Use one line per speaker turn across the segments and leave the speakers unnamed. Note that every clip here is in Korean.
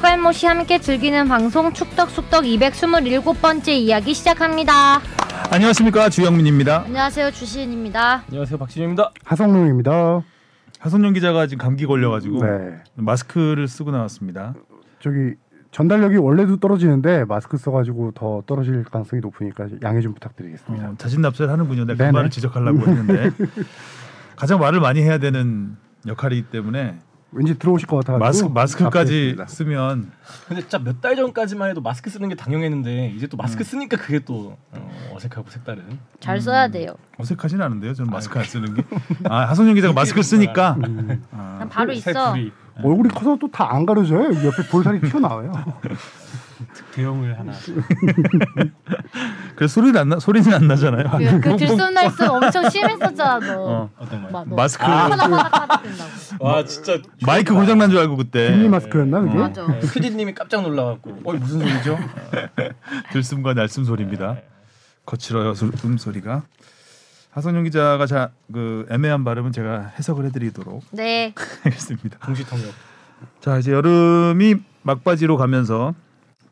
깔모씨 함께 즐기는 방송 축덕숙덕 227번째 이야기 시작합니다.
안녕하십니까 주영민입니다.
안녕하세요 주시은입니다.
안녕하세요 박진영입니다.
하성룡입니다.
음. 하선영 기자가 지금 감기 걸려가지고
네.
마스크를 쓰고 나왔습니다.
저기 전달력이 원래도 떨어지는데 마스크 써가지고 더 떨어질 가능성이 높으니까 양해 좀 부탁드리겠습니다.
어, 자신 납세를 하는군요. 내가
네. 네네.
그 말을 지적하려고 했는데 가장 말을 많이 해야 되는 역할이기 때문에
왠지 들어오실 것 같아가지고
마스크 마스크까지
답변했습니다.
쓰면
근데 진짜 몇 달 전까지만 해도 마스크 쓰는 게 당연했는데 이제 또 마스크 쓰니까 그게 또 어, 색하고 색다른.
잘 써야 돼요.
어색하진 않은데요. 저는 마스크 안 쓰는 게. 아 하선영 기자가 마스크 쓰니까
난 바로 있어.
새풀이
얼굴이 커서 또 다 안 가려져요. 여기 옆에 볼살이 튀어나와요.
대형을 하나.
그래서 소리는 안 나, 소리는 안 나잖아요.
네.
그, 그 들쑥날쑥 엄청 심했었잖아 너.
어.
어떤 뭐, 거요?
막 너.
마스크
아.
파닥파닥파닥 된다고.
와 진짜
마이크 고장 난 줄 알고 그때
빈니 마스크였나 그게?
음.
맞아.
PD님이 깜짝 놀라갖고 어이 무슨 소리죠?
들숨과 날숨 소리입니다. 네. 거칠어요 소- 음소리가. 하성룡 기자가 자그 애매한 발음은 제가 해석을 해드리도록
네.
하겠습니다.
공시통역.
자 이제 여름이 막바지로 가면서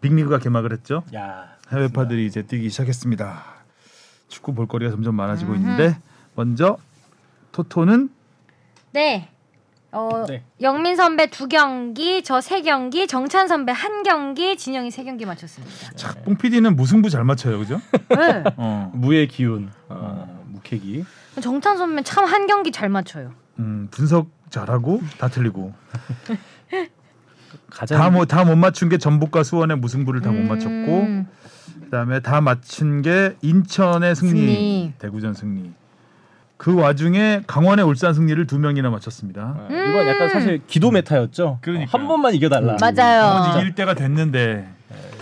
빅리그가 개막을 했죠.
야
해외파들이 이제 뛰기 시작했습니다. 축구 볼거리가 점점 많아지고 있는데 먼저 토토는
네. 어,
네.
영민 선배 두 경기, 저 세 경기, 정찬 선배 한 경기, 진영이 세 경기 맞췄습니다.
뽕 PD는 무승부 잘 맞춰요, 그죠?
네.
어.
무의 기운 어, 무캐기.
정찬 선배 는 참 한 경기 잘 맞춰요.
음, 분석 잘하고 다 틀리고
가장
다 뭐 다 못 맞춘 게 전북과 수원의 무승부를 다 못 맞췄고
네. 음.
그다음에 다 맞춘 게 인천의 승리,
승리.
대구전 승리. 그 와중에 강원의 울산 승리를 두 명이나
음.
맞췄습니다.
이건 약간 사실 기도 메타였죠.
그러니까요.
어, 한 번만
강원이
이겨달라.
음. 맞아요.
이길 때가 됐는데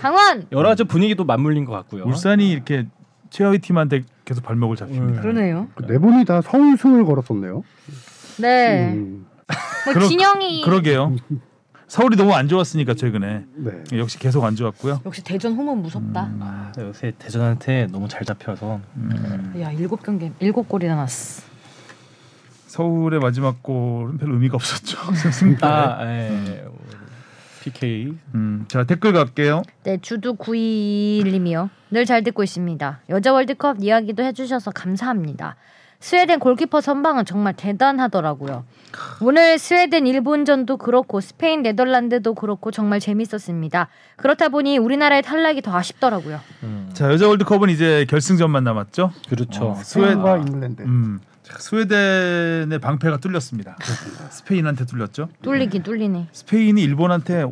강원.
여러 가지 분위기도 맞물린 것 같고요.
울산이 이렇게 최하위 팀한테 계속 발목을 잡힙니다.
그러네요.
네 분이 다 서울승을 걸었었네요.
네.
음,
뭐
그러-
진영이
그러게요. 서울이 너무 안 좋았으니까 최근에
네.
역시 계속 안 좋았고요.
역시 대전 홈은 무섭다.
음,
아, 요새 대전한테 너무 잘 잡혀서
야 일곱 경기 일곱 골이나 났어.
서울의 마지막 골은 별 의미가 없었죠. 승리.
아, 예. PK.
음, 자 댓글 갈게요.
네 주두 구이님이요. 늘 잘 듣고 있습니다. 여자 월드컵 이야기도 해주셔서 감사합니다. 스웨덴 골키퍼 선방은 정말 대단하더라고요. 오늘 스웨덴 일본전도 그렇고 스페인 네덜란드도 그렇고 정말 재밌었습니다. 그렇다 보니 우리나라의 탈락이 더 아쉽더라고요.
자 여자 월드컵은 이제 결승전만 남았죠.
그렇죠.
어, 스웨-
스웨덴과 잉글랜드.
음, 자, 스웨덴의 방패가 뚫렸습니다. 스페인한테 뚫렸죠.
뚫리긴 뚫리네.
스페인이 일본한테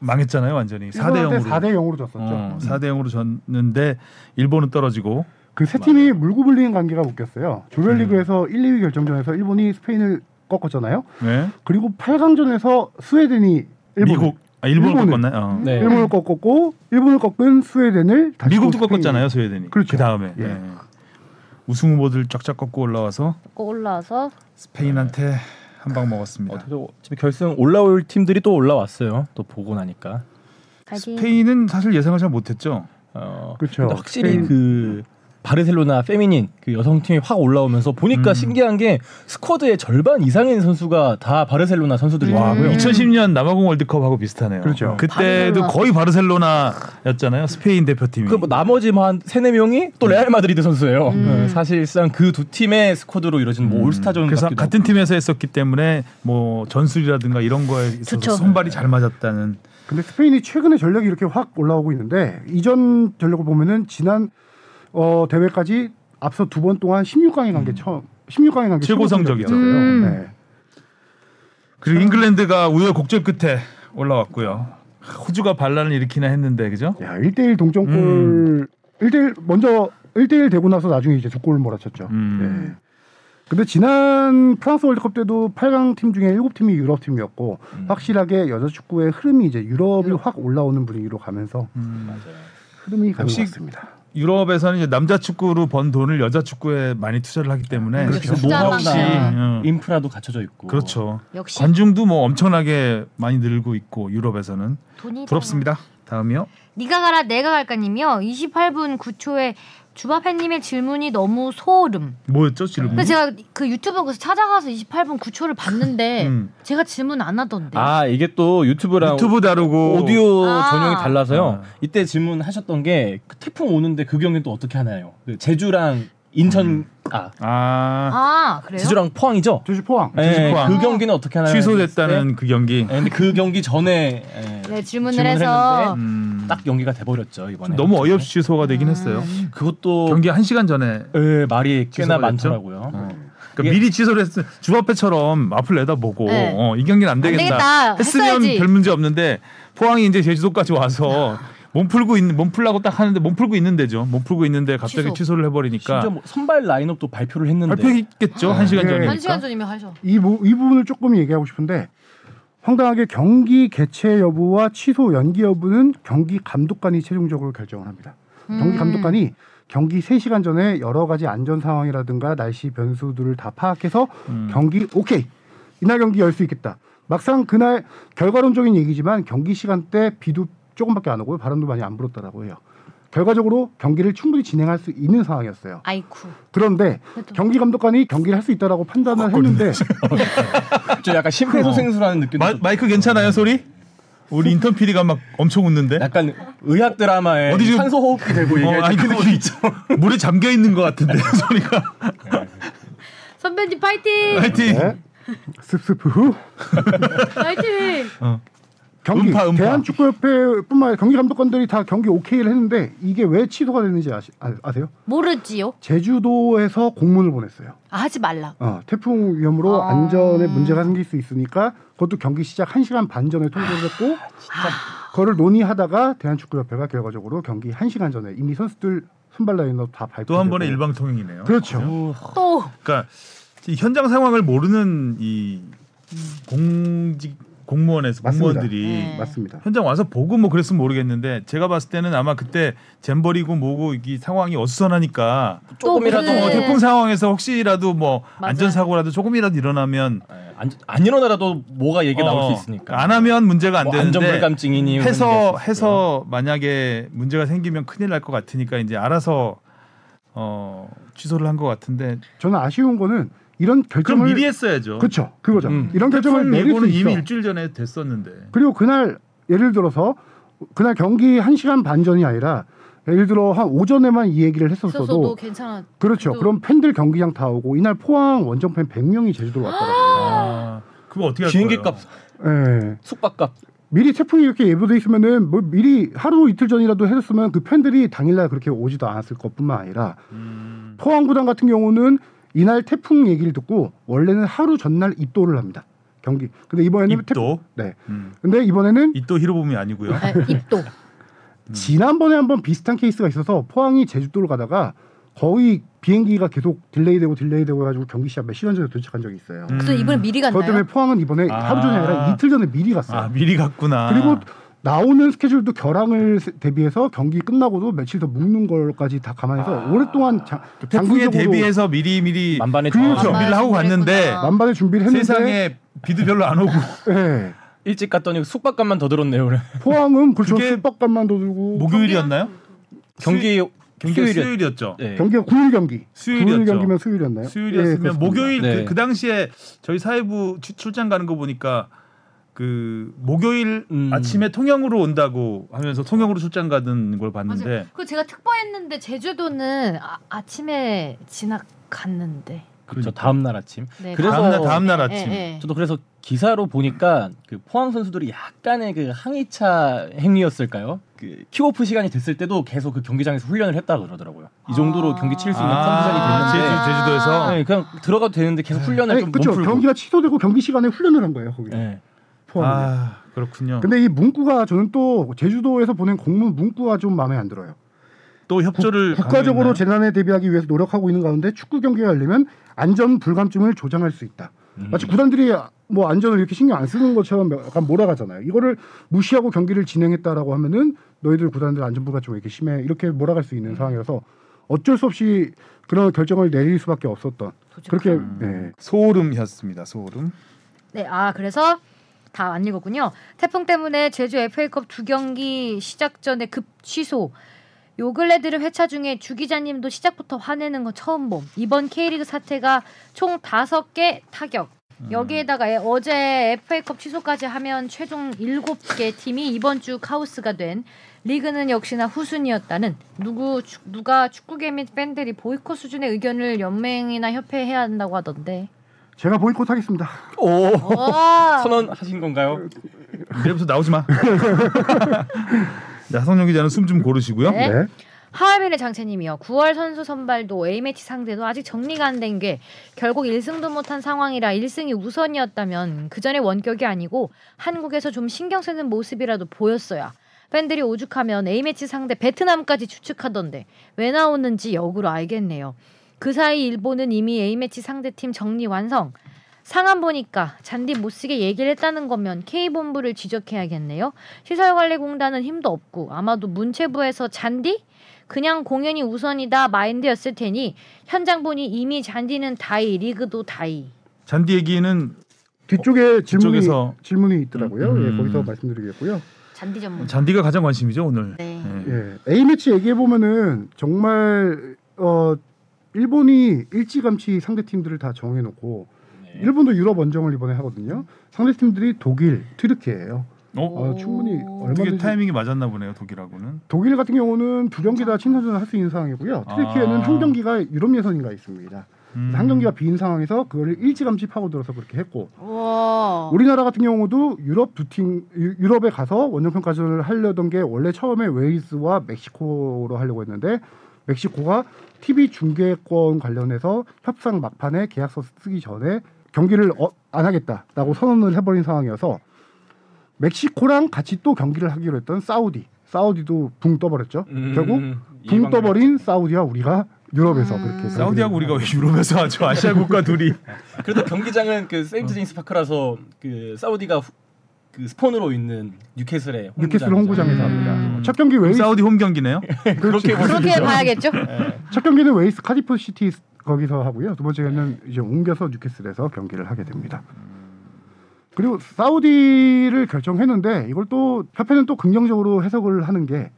망했잖아요, 완전히 4대 0으로.
4대 0으로 졌었죠.
어, 4대 0으로 졌는데 일본은 떨어지고
그 세 팀이 물고 불리는 관계가 웃겼어요. 조별리그에서
음.
1, 2위 결정전에서 일본이 스페인을 꺾었잖아요.
네.
그리고 8강전에서 스웨덴이 일본,
미국 아 일본을
일본은-
꺾었나요? 어.
네.
일본을 꺾었고 일본을 꺾은 스웨덴을 다시
미국도
또 스페인이-
꺾었잖아요, 스웨덴이.
그렇죠.
다음에 네.
예.
우승 후보들 쫙쫙 꺾고 올라와서
꼭 올라와서
스페인한테 한 방 먹었습니다.
어떻게 보면 지금 결승 올라올 팀들이 또 올라왔어요. 또 보고 나니까.
파이팅.
스페인은 사실 예상을 잘 못했죠.
어.
그렇죠.
근데 확실히
스페인-
그 바르셀로나 페미닌 그 여성 팀이 확 올라오면서 보니까
음.
신기한 게 스쿼드의 절반 이상인 선수가 다 바르셀로나
와,
선수들이고요.
2010년 남아공 월드컵하고 비슷하네요.
음. 그렇죠.
그때도
바르셀로나.
거의 바르셀로나였잖아요. 스페인 대표팀이.
그뭐 나머지 뭐한 세네 명이 또 레알 마드리드 선수예요. 네, 사실상 그 두 팀의 스쿼드로 이루어진 뭐 올스타전
그래서
같기도
같은 팀에서 했었기 때문에 뭐 전술이라든가 이런 거에 있어서
좋죠.
손발이 잘 맞았다는
근데 스페인이 최근에 전력이 이렇게 확 올라오고 있는데 이전 전력을 보면은 지난 어, 대회까지 앞서 두 번 동안 16강에 간 게 처음 16강에 간게
최고 성적이었죠.
음.
네.
그리고 잉글랜드가 우여곡절 끝에 올라왔고요. 호주가 반란을 일으키나 했는데 그죠?
네. 야, 1대1 동점골
음.
1대1 먼저 1대1 되고 나서 나중에 이제 두 골을 몰아쳤죠.
음.
예. 근데 지난 프랑스 월드컵 때도 8강 팀 중에 7팀이 유럽 팀이었고 확실하게 여자 축구의 흐름이 이제 유럽이 확 올라오는 분위기로 가면서 흐름이 가는 네. 것
역시
같습니다.
유럽에서는 이제 남자 축구로 번 돈을 여자 축구에 많이 투자를 하기 때문에
그렇죠.
그 노하우 없이
숫자만큼은.
응.
뭐 인프라도 갖춰져 있고.
그렇죠.
역시
관중도 뭐 엄청나게 많이 늘고 있고 유럽에서는
돈이
부럽습니다. 다음이요.
니가 가라 내가 갈까님이요. 28분 9초에 주바팬님의 질문이 너무 소름.
뭐였죠 질문?
근데 제가 그 유튜브 거기서 찾아가서 28분 9초를 봤는데
음.
제가 질문 안 하던데.
아 이게 또 유튜브랑
유튜브 다루고
오디오
아.
전용이 달라서요.
아.
이때 질문하셨던 게그 태풍 오는데 그 경기는 또 어떻게 하나요? 그 제주랑 인천
음.
아
아,
아 그래요?
제주랑 포항이죠?
제주 포항.
예,
제주 네, 포항.
그 경기는 어떻게 하나요?
취소됐다는 그 경기.
예, 근데 그 경기 전에 예,
네, 질문을 해서.
했는데
음,
딱 그렇죠. 연기가 돼버렸죠 뭐
좀
이번에.
너무 어이없이 취소가 되긴
음.
했어요.
그것도
경기 1 시간 전에
예, 말이 꽤나
취소가 됐죠?
많더라고요.
어. 그러니까
이게-
미리 취소를 했으 주바페처럼 앞을 내다보고
네.
어, 이 경기는 안 되겠다,
되겠다.
했으면
했어야지.
별 문제 없는데 포항이 이제 제주도까지 와서 몸 풀고 있는 몸 풀라고 딱 하는데 몸 풀고 있는데죠. 몸 풀고 있는데 갑자기
취소.
취소. 를 해버리니까
심지어 뭐 선발 라인업도 발표를 했는데
발표했겠죠 한 시간
네.
전이니까.
한 시간 전이면 하셔.
이, 부, 이 부분을 조금 얘기하고 싶은데 황당하게 경기 개최 여부와 취소 연기 여부는 경기 감독관이 최종적으로 결정을 합니다. 경기
음.
감독관이 경기 3시간 전에 여러 가지 안전 상황이라든가 날씨 변수들을 다 파악해서
음.
경기 오케이. 이날 경기 열 수 있겠다. 막상 그날 결과론적인 얘기지만 경기 시간대 비도 조금밖에 안 오고 바람도 많이 안 불었다라고 해요. 결과적으로 경기를 충분히 진행할 수 있는 상황이었어요.
아이쿠.
그런데
그래도-
경기 감독관이 경기를 할 수 있다라고 판단을 했는데
좀 약간 심폐소생술하는 느낌.
마, 마이크 괜찮아요 소리? 우리 인턴 PD가 막 엄청 웃는데
약간 의학 드라마에
어디 지금-
산소 호흡기 되고
어, 아니,
얘기할 때
근데
그
그-
느낌 있죠.
물에 잠겨 있는 것 같은데 소리가
선배님 파이팅!
하여튼
네. 습습 후
파이팅!
경기
음파, 음파.
대한축구협회뿐만 아니라 경기 감독관들이 다 경기 오케이를 했는데 이게 왜 취소가 됐는지 아시, 아, 세요
모르지요.
제주도에서 공문을 보냈어요.
아, 하지 말라.
어, 태풍 위험으로
아.
안전에 문제가 생길 수 있으니까 그것도 경기 시작 1시간 반 전에 통보를 했고
아,
그거를 논의하다가 대한축구협회가 결과적으로 경기 1시간 전에 이미 선수들 선발 라인업 다 발표.
또 한 번의 일방통행이네요.
그렇죠.
또
그러니까 이 현장 상황을 모르는 이 공직 공무원에서
맞습니다.
공무원들이
네.
맞습니다.
현장 와서 보고 뭐 그랬으면 모르겠는데 제가 봤을 때는 아마 그때 잼버리고 뭐고 이 상황이 어수선하니까
조금이라도
어,
네.
뭐
태풍 상황에서 혹시라도 뭐
맞아요.
안전 사고라도 조금이라도 일어나면
예, 안, 안 일어나라도 뭐가 얘기 가
어,
나올 수 있으니까.
안 하면 문제가 안
뭐
되는데
안전불감증이니
해서
어.
해서 만약에 문제가 생기면 큰일 날 것 같으니까 이제 알아서 어 취소를 한 것 같은데
저는 아쉬운 거는 이런
그럼
결정을
미리 했어야죠.
그렇죠. 그거죠.
음.
이런 결정을
태풍
내릴 수
예고는
있어.
이미 일주일 전에 됐었는데
그리고 그날 예를 들어서 그날 경기 1시간 반 전이 아니라 예를 들어 한 오전에만 이 얘기를
있어서도
했었어도
괜찮아.
그렇죠.
또-
그럼 팬들 경기장 다 오고 이날 포항 원정 팬 100명이 제주도로 왔더라고요.
아, 그거 어떻게 할
비행기
거예요?
값,
예.
숙박값
미리 태풍이 이렇게 예보돼 있으면은 뭐 미리 하루 이틀 전이라도 해줬으면 그 팬들이 당일날 그렇게 오지도 않았을 것뿐만 아니라
음,
포항 구단 같은 경우는 이날 태풍 얘기를 듣고 원래는 하루 전날 입도를 합니다. 경기. 근데 이번에는 태풍-
입도
네.
음,
근데 이번에는
입도 히로부미 아니고요.
네.
아,
음.
입도.
음. 지난번에 한번 비슷한 케이스가 있어서 포항이 제주도를 가다가 거의 비행기가 계속 딜레이되고 딜레이되고 해가지고 경기 시합 몇 시간 전에 도착한 적이 있어요.
음.
그래서 이번에 미리
그것 때문에
갔나요?
포항은 이번에
아.
하루 전이 아니라 이틀 전에 미리 갔어요.
아 미리 갔구나.
그리고 나오는 스케줄도 결항을 세- 대비해서 경기 끝나고도 며칠 더 묵는 걸까지 다 감안해서 오랫동안 장,
아. 그 태풍에
장기적으로
대비해서 미리 미리
만반의
그렇죠.
준비.
준비를 하고
만반의
갔는데
준비를
만반의 준비를 했는데
세상에 비도 별로 안 오고
예,
일찍 갔더니 숙박값만 더 들었네요. 그래.
포항은 그렇죠.
그게
숙박값만 더 들고
목요일이었나요?
경기
경기
수요일이었-
수요일이었죠.
예.
경기가 9일 경기.
수요일이었죠.
9일 경기면 수요일이었나요? 예,
수요일이었으면
그렇습니다.
목요일
네.
그, 그 당시에 저희 사회부 추- 출장 가는 거 보니까 그 목요일
음.
아침에 통영으로 온다고 하면서 통영으로 출장 가는 걸
맞아요.
봤는데
그 제가 특보했는데 제주도는 아, 아침에 지나갔는데.
그렇죠. 다음 날 아침.
네.
그래서-
다음날 다음날
예,
아침
예.
저도 그래서 기사로 보니까 그 포항 선수들이 약간의 그 항의차 행위였을까요? 그 킥오프 시간이 됐을 때도 계속 그 경기장에서 훈련을 했다 그러더라고요. 이 정도로
아.
경기 칠 수 있는
아,
컨디션이 됐는데
제주, 제주도에서
네, 그냥 들어가도 되는데 계속 훈련을
아니,
좀
그렇죠.
몸풀고.
경기가 취소되고 경기 시간에 훈련을 한 거예요. 거기
네.
포항. 에
아 그렇군요.
근데 이 문구가 저는 또 제주도에서 보낸 공문 문구가 좀 마음에 안 들어요.
또 협조를
네,
국가적으로
강요했나요?
재난에 대비하기 위해서 노력하고 있는 가운데 축구 경기가 열리면 안전 불감증을 조장할 수 있다.
음.
마치 구단들이 뭐 안전을 이렇게 신경 안 쓰는 것처럼 약간 몰아가잖아요. 이거를 무시하고 경기를 진행했다라고 하면은 너희들 구단들 안전 불감증 왜 이렇게 심해 이렇게 몰아갈 수
음.
있는 상황이라서 어쩔 수 없이 그런 결정을 내릴 수밖에
음.
없었던 그렇게 예.
소름이었습니다. 소름.
네, 아 그래서 다 안 읽었군요. 태풍 때문에 제주 FA컵 두 경기 시작 전에 급 취소. 요 근래 들은 회차 중에 주 기자님도 시작부터 화내는 건 처음 봄. 이번 K리그 사태가 총 다섯 개 타격. 여기에다가 에- 어제 FA컵 취소까지 하면 최종 일곱 개 팀이 이번 주 카오스가 된 리그는 역시나 후순이었다는 누구 축- 누가 축구계 및 팬들이 보이콧 수준의 의견을 연맹이나 협회해야 한다고 하던데.
제가 보이콧 하겠습니다.
오
와.
음. 선언하신 건가요?
이래서 나오지 마. 자, 하성룡 기자는 숨 좀 고르시고요.
네.
네.
하얼빈의 장채님이요. 9월 선수 선발도 A매치 상대도 아직 정리가 안 된 게 결국 1승도 못한 상황이라 1승이 우선이었다면 그전의 원격이 아니고 한국에서 좀 신경 쓰는 모습이라도 보였어야. 팬들이 오죽하면 A매치 상대 베트남까지 추측하던데 왜 나오는지 역으로 알겠네요. 그 사이 일본은 이미 A매치 상대팀 정리 완성. 상한 보니까 잔디 못쓰게 얘기를 했다는 거면 K본부를 지적해야겠네요. 시설관리공단은 힘도 없고 아마도 문체부에서 잔디? 그냥 공연이 우선이다 마인드였을 테니 현장 보니 이미 잔디는 다이 리그도 다이.
잔디 얘기는 어,
뒤쪽에 질문이
뒤쪽에서.
질문이 있더라고요.
음.
예, 거기서 말씀드리겠고요.
잔디 전문.
잔디가 가장 관심이죠 오늘.
네.
예.
예, A 매치 얘기해 보면은 정말 어 일본이 일찌감치 상대 팀들을 다 정해놓고 일본도 유럽 원정을 이번에 하거든요. 상대 팀들이 독일, 트르키예요.
어?
어, 충분히
되게
얼마든지
타이밍이 맞았나 보네요 독일하고는.
독일 같은 경우는 두 경기 다 친선전을 할 수 있는 상황이고요. 트르키에는
아.
한 경기가 유럽 예선인가 있습니다.
음.
그래서 한 경기가 비인 상황에서 그걸 일찌감치 파고들어서 그렇게 했고
와.
우리나라 같은 경우도 유럽 두 팀 유럽에 가서 원정평가전을 하려던 게 원래 처음에 웨일스와 멕시코로 하려고 했는데 멕시코가 TV 중계권 관련해서 협상 막판에 계약서 쓰기 전에 경기를 어, 안 하겠다라고 선언을 해버린 상황이어서 멕시코랑 같이 또 경기를 하기로 했던 사우디 사우디도 붕 떠버렸죠
음,
결국
이
붕
방면.
떠버린 사우디와 우리가 유럽에서 그렇게
사우디하고 우리가 왜 유럽에서 아주 아시아 국가 둘이
그래도 경기장은 그 세인트 제임스 파크라서 그 사우디가 후- 그 스폰으로 있는 뉴캐슬의 홈구장이죠.
뉴캐슬 홈구장에서
음.
합니다 첫 경기 웨일스
사우디 홈 경기네요.
음, 그렇게 볼 수
그렇게
있죠.
봐야겠죠?
첫 경기는 웨이스 카디프 시티 거기서 하고요. 두 번째는 이제 옮겨서 뉴캐슬에서 경기를 하게 됩니다. 그리고 사우디를 결정했는데 이걸 또 협회는 또 긍정적으로 해석을 하는 게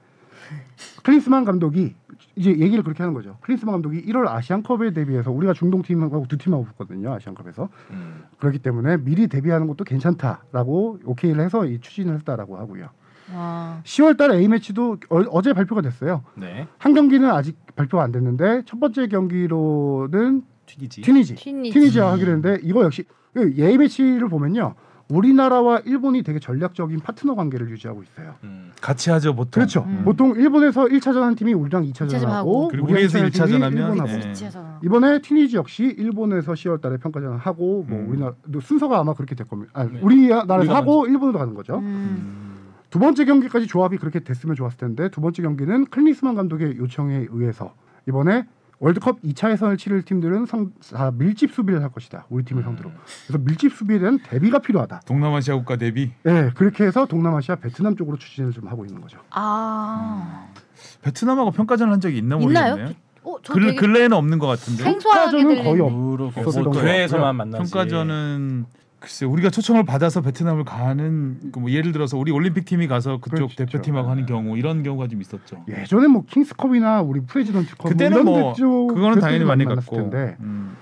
클린스만 감독이 이제 얘기를 그렇게 하는 거죠. 클린스만 감독이 1월 아시안컵에 대비해서 우리가 중동 팀하고 두 팀하고 붙거든요. 아시안컵에서
음.
그렇기 때문에 미리 대비하는 것도 괜찮다라고 오케이를 해서 이 추진을 했다라고 하고요.
와.
10월달 A 매치도 어- 어제 발표가 됐어요.
네.
한 경기는 아직 발표가 안 됐는데 첫 번째 경기로는
튀기지.
튀니지
튀니지. 음.
튀니지와 하기로 했는데 이거 역시 그 예의 매치를 보면요 우리나라와 일본이 되게 전략적인 파트너 관계를 유지하고 있어요.
음.
같이 하죠 보통.
그렇죠.
음.
보통 일본에서 1차전 한 팀이 우리랑 2차전
2차전
하고
하고,
그리고
우리랑
우리에서 1차전
팀이
하면,
일본하고.
네.
지쳐서.
이번에 튀니지 역시 일본에서 10월달에 평가전 하고 뭐
음.
우리나라 순서가 아마 그렇게 될 겁니다. 아,
네.
우리나라에서
우리가
하고 일본으로 가는 거죠.
음.
음.
두 번째 경기까지 조합이 그렇게 됐으면 좋았을 텐데 두 번째 경기는 클린스만 감독의 요청에 의해서 이번에 월드컵 2차 예선을 치를 팀들은 상, 다 밀집 수비를 할 것이다.
음.
우리 팀을 상대로. 그래서 밀집 수비에 대한 대비가 필요하다.
동남아시아 국가 대비
예, 그렇게 해서 동남아시아 베트남 쪽으로 추진을 좀 하고 있는 거죠.
아.
베트남하고 평가전을 한 적이 있나
있나요?
모르겠네요.
어, 저
근래
되게
근래에는 없는 것 같은데.
생소하게
평가전은 거의
들리는데.
없-
유로
없었던 것 같고요.
대회에서만 만나지.
평가전은 글쎄 우리가 초청을 받아서 베트남을 가는 그뭐 예를 들어서 우리 올림픽 팀이 가서 그쪽
그렇죠.
대표팀하고 하는 경우 이런 경우가 좀 있었죠.
예전에 뭐 킹스컵이나 우리 프레지던트컵
그때는
뭐 이런
뭐
데 쪽-
그거는 당연히
베트남이
많이
만났을
갔고.
텐데
음.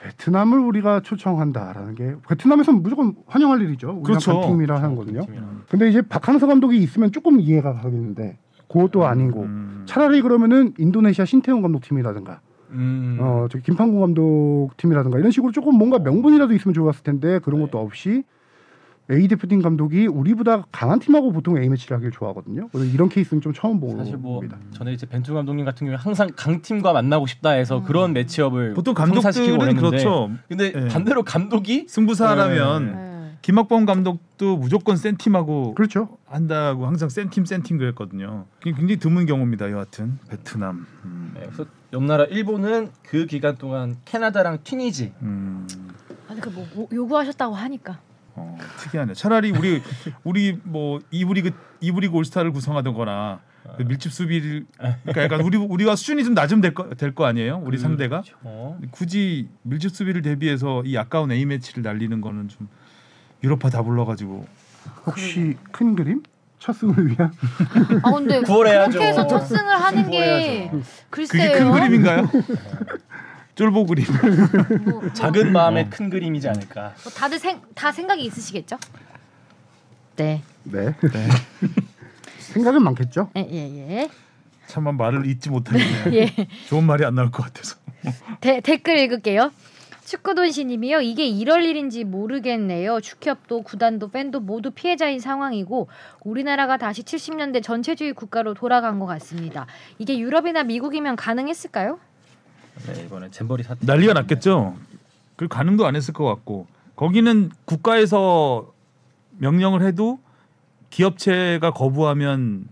베트남을 우리가 초청한다라는 게 베트남에서는 무조건 환영할 일이죠. 우리랑
그렇죠.
같은 팀이라 하는 거든요.
팀이랑.
근데 이제 박항서 감독이 있으면 조금 이해가 가겠는데 그것도 아닌 거.
음.
차라리 그러면은 인도네시아 신태용 감독 팀이라든가
음.
어 저기 김판구 감독 팀이라든가 이런 식으로 조금 뭔가 명분이라도 있으면 좋았을 텐데 그런
네.
것도 없이 A 대표팀 감독이 우리보다 강한 팀하고 보통 A 매치를 하길 좋아하거든요. 그래서 이런 케이스는 좀 처음 보는
사실 뭐
겁니다.
전에 이제 벤투 감독님 같은 경우에 항상 강팀과 만나고 싶다 해서 그런 매치업을
보통
성사시키고
감독들은
그랬는데
그렇죠.
근데
예.
반대로 감독이
승부사라면
음.
김학범 감독도 무조건 센 팀하고
그렇죠.
한다고 항상 센 팀 센 팀 그랬거든요. 그게 굉장히 드문 경우입니다. 여하튼 베트남. 음.
네, 그래서 옆나라 일본은 그 기간 동안 캐나다랑 튀니지
음.
아니 그뭐 요구하셨다고 하니까.
어, 특이하네. 차라리 우리 우리 뭐 이브리그 이브리그 올스타를 구성하던거나 그 밀집 수비를 그러니까 약간 우리 우리와 수준이 좀 낮으면 될거 될 거 아니에요? 우리 상대가
어,
굳이 밀집 수비를 대비해서 이 아까운 A 매치를 날리는 거는 좀 유로파 다 불러가지고
혹시 큰 그림? 첫 승을 위한?
아 근데
구월해야죠.
그렇게 해서 첫 승을 하는 게
구월해야죠.
그게
글쎄요.
큰 그림인가요? 쫄보 그림.
뭐, 뭐
작은 마음의 큰 그림이지 않을까.
뭐 다들 생, 다 생각이 있으시겠죠? 네.
네. 생각은 많겠죠.
예, 예,
참만 말을 잊지 못하겠네요.
예. 예.
좋은 말이 안 나올 것 같아서.
대, 댓글 읽을게요. 축구돈시님이요. 이게 이럴 일인지 모르겠네요. 축협도 구단도 팬도 모두 피해자인 상황이고 우리나라가 다시 70년대 전체주의 국가로 돌아간 것 같습니다. 이게 유럽이나 미국이면 가능했을까요?
네, 이번에 잼버리 사태.
난리가 났겠죠. 그 가능도 안 했을 것 같고 거기는 국가에서 명령을 해도 기업체가 거부하면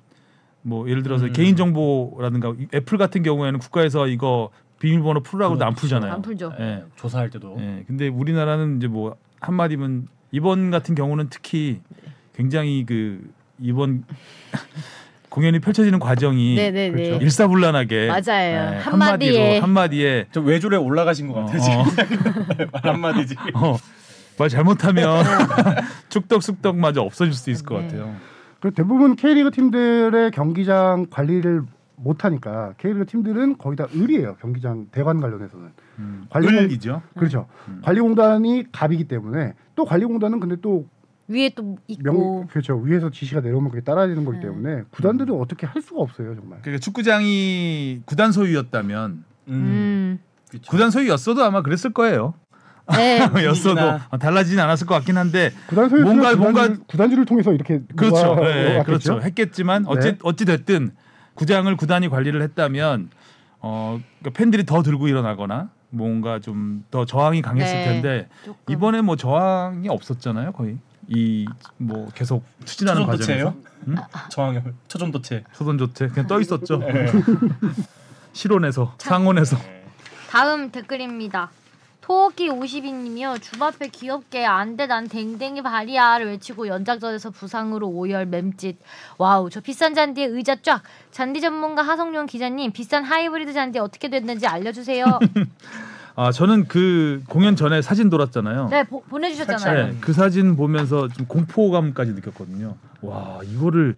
뭐 예를 들어서
음.
개인 정보라든가 이- 애플 같은 경우에는 국가에서 이거 비밀번호 풀라고 해도 안 풀잖아요.
그렇죠. 안 풀죠.
예.
네, 조사할 때도
예. 근데 우리나라는 이제 뭐 한마디면 이번 같은 경우는 특히 굉장히 그 이번 공연이 펼쳐지는 과정이 그렇죠.
네네네.
일사불란하게
맞아요.
예,
한마디에.
한마디로 한마디에
저 외줄에 올라가신 것 같아요. 지금 네, 말 한마디지.
어, 말 잘못하면 축덕숙덕마저 없어질 수 있을 것
네.
같아요.
그 대부분 K리그 팀들의 경기장 관리를 못하니까 K리그 팀들은 거의 다 을이에요. 경기장 대관 관련해서는
음.
음.
관리공-
을이죠. 음.
그렇죠. 관리공단이 갑이기 때문에 또 관리공단은 근데 또
위에 또 있고
명, 그렇죠. 위에서 지시가 내려오면 그게 따라야 되는 거기
네.
때문에 구단들은
음.
어떻게 할 수가 없어요, 정말.
그러니까 축구장이 구단 소유였다면
음.
그쵸.
구단 소유였어도 아마 그랬을 거예요.
네.
였어도
분위기나.
어, 달라지진 않았을 것 같긴 한데
구단 소유는
뭔가-
구단주를,
뭔가-
구단주를 통해서 이렇게
그렇죠.
뭐,
모아-
예, 예,
모았겠죠?
그렇죠. 했겠지만 어찌
네.
어찌 됐든 구장을 구단이 관리를 했다면 어, 그러니까 팬들이 더 들고 일어나거나 뭔가 좀 더 저항이 강했을
네.
텐데
조금.
이번에 뭐 저항이 없었잖아요 거의 이 뭐 계속 추진하는 과정에서
초전도체예요? 음?
아,
저항형 초전도체.
초선조태 그냥 떠 있었죠.
네.
실온에서 상온에서
네.
다음 댓글입니다. 토끼 52님이요. 주마페 귀엽게 안돼 난 댕댕이 발이야를 외치고 연장전에서 부상으로 오열 맴짓. 와우 저 비싼 잔디에 의자 쫙. 잔디 전문가 하성룡 기자님 비싼 하이브리드 잔디 어떻게 됐는지 알려주세요.
아 저는 그 공연 전에 사진 돌았잖아요.
네 보, 보내주셨잖아요.
네, 그 사진 보면서 좀 공포감까지 느꼈거든요. 와 이거를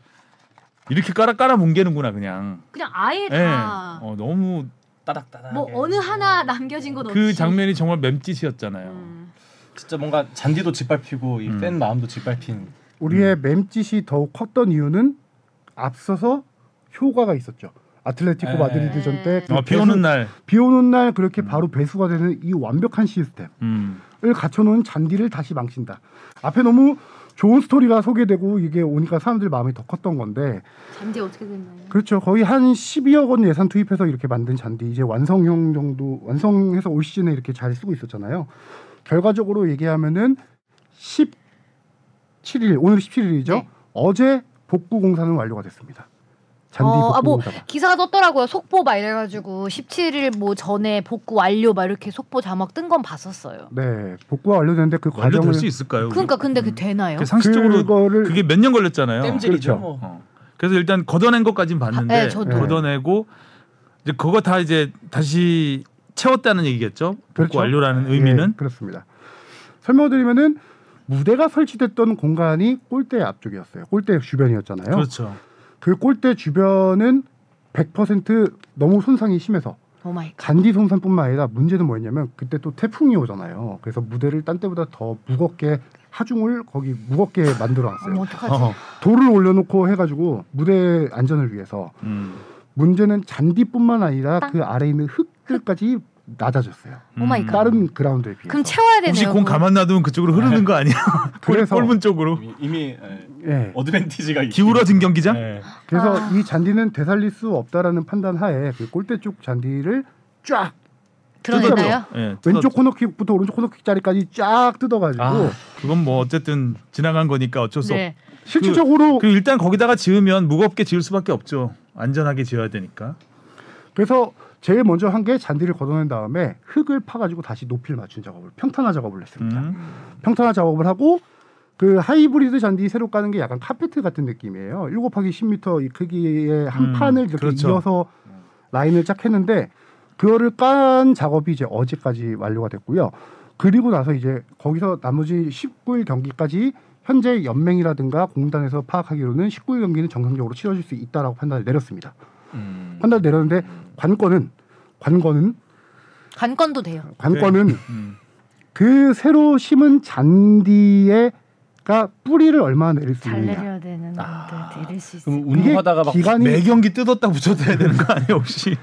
이렇게 깔아 깔아 뭉개는구나 그냥.
그냥 아예
예.
다.
어, 너무
따닥따닥.
뭐 어느 하나 남겨진 것 없이
그 장면이 정말 맴짓이었잖아요.
음.
진짜 뭔가 잔디도 짓밟히고 이
음.
팬 마음도 짓밟힌.
우리의 맴짓이 더욱 컸던 이유는 앞서서 효과가 있었죠. 아틀레티코
네.
마드리드전 때
네.
어, 비 오는 날.
비 오는 날 그렇게 바로 배수가 되는 이 완벽한 시스템을
음.
갖춰놓은 잔디를 다시 망친다. 앞에 너무 좋은 스토리가 소개되고 이게 오니까 사람들 마음이 더 컸던 건데
잔디 어떻게 됐나요?
그렇죠 거의 한 12억 원 예산 투입해서 이렇게 만든 잔디 이제 완성형 정도 완성해서 올 시즌에 이렇게 잘 쓰고 있었잖아요 결과적으로 얘기하면은 17일 오늘 17일이죠
네.
어제 복구 공사는 완료가 됐습니다 잔디
어,
복구
아, 뭐
공사가
기사가 떴더라고요. 속보 막 이래가지고 17일 뭐 전에 복구 완료 막 이렇게 속보 자막 뜬 건 봤었어요.
네 복구가 완료됐는데 그 과정을
완료될 수 있을까요?
그러니까 근데 그게 되나요?
그 상식적으로
그거를-
그게 몇 년 걸렸잖아요.
땜질이죠.
그렇죠.
뭐.
어. 그래서 일단 걷어낸 것까진 봤는데
네, 저도.
걷어내고 이제 그거 다 이제 다시 채웠다는 얘기겠죠. 복구
그렇죠.
완료라는
예,
의미는
그렇습니다. 설명드리면은 무대가 설치됐던 공간이 골대 앞쪽이었어요. 골대 주변이었잖아요.
그렇죠.
그 골대 주변은 100% 너무 손상이 심해서
오 마이 갓.
잔디 손상뿐만 아니라 문제는 뭐였냐면 그때 또 태풍이 오잖아요. 그래서 무대를 딴 때보다 더 무겁게 하중을 거기 무겁게
어머
만들어놨어요.
어떡하지?
어허.
돌을 올려놓고 해가지고 무대 안전을 위해서
음.
문제는 잔디뿐만 아니라
땅.
그 아래 있는 흙들까지 낮아졌어요.
오 마이 갓.
음. 다른 그라운드에 비해서.
그러니까. 그럼 채워야 되네요.
혹시 공
그럼.
가만 놔두면 그쪽으로 흐르는 거 아니야? 골-
네. 그래서- 네.
골문 쪽으로
이미, 이미 예,
예.
어드밴티지가 있-
네.
기울어진 경기장?
예.
그래서
아.
이 잔디는 되살릴 수 없다라는 판단 하에 그 골대 쪽 잔디를 쫙
드러내나요?
예,
왼쪽
뜯었죠.
코너킥부터 오른쪽 코너킥 자리까지 쫙 뜯어가지고
아, 그건 뭐 어쨌든 지나간 거니까 어쩔 수
네.
실질적으로
없. 그 일단 거기다가 지으면 무겁게 지을 수밖에 없죠. 안전하게 지어야 되니까.
그... 래서 제일 먼저 한 게 잔디를 걷어낸 다음에 흙을 파가지고 다시 높이를 맞춘 작업을 평탄화 작업을 했습니다.
음.
평탄화 작업을 하고 그 하이브리드 잔디 새로 까는 게 약간 카페트 같은 느낌이에요. 7 하기 10m 이 크기의 한
음,
판을 이렇게
그렇죠.
이어서 라인을 짝 했는데 그거를 깐 작업이 이제 어제까지 완료가 됐고요. 그리고 나서 이제 거기서 나머지 19일 경기까지 현재 연맹이라든가 공단에서 파악하기로는 19일 경기는 정상적으로 치러질 수 있다라고 판단을 내렸습니다.
음.
판단을 내렸는데 관건은 관건은
관건도 돼요.
관건은
음.
그 새로 심은 잔디에가 뿌리를 얼마나 내릴 수
잘
있느냐.
내려야 되는
아.
건데 내릴 수 있어.
그럼
이게
운동하다가 막
기간이
매 경기 뜯었다 붙였다 해야 되는 거 아니에요 혹시?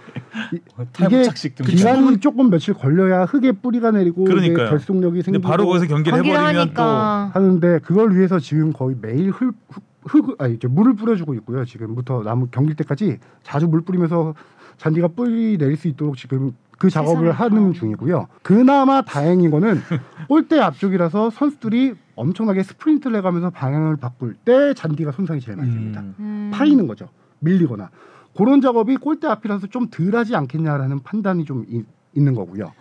탈북착식 등
기간이 조금 며칠 걸려야 흙에 뿌리가 내리고 이게
그러니까요.
결속력이
근데
생기고
바로 그 거기서 경기를
경기를
해버리면
어.
하니까
하는데 그걸 위해서 지금 거의 매일 흙, 흙, 흙 아니 이제 물을 뿌려주고 있고요. 지금부터 나무 경기 때까지 자주 물 뿌리면서 잔디가 뿌리 내릴 수 있도록 지금 그
세상에.
작업을 하는 중이고요. 그나마 다행인 거는 골대 앞쪽이라서 선수들이 엄청나게 스프린트를 해가면서 방향을 바꿀 때 잔디가 손상이 제일 많이 됩니다.
음.
파이는 거죠. 밀리거나 그런 작업이 골대 앞이라서 좀 덜하지 않겠냐라는 판단이 좀 이- 있는 거고요.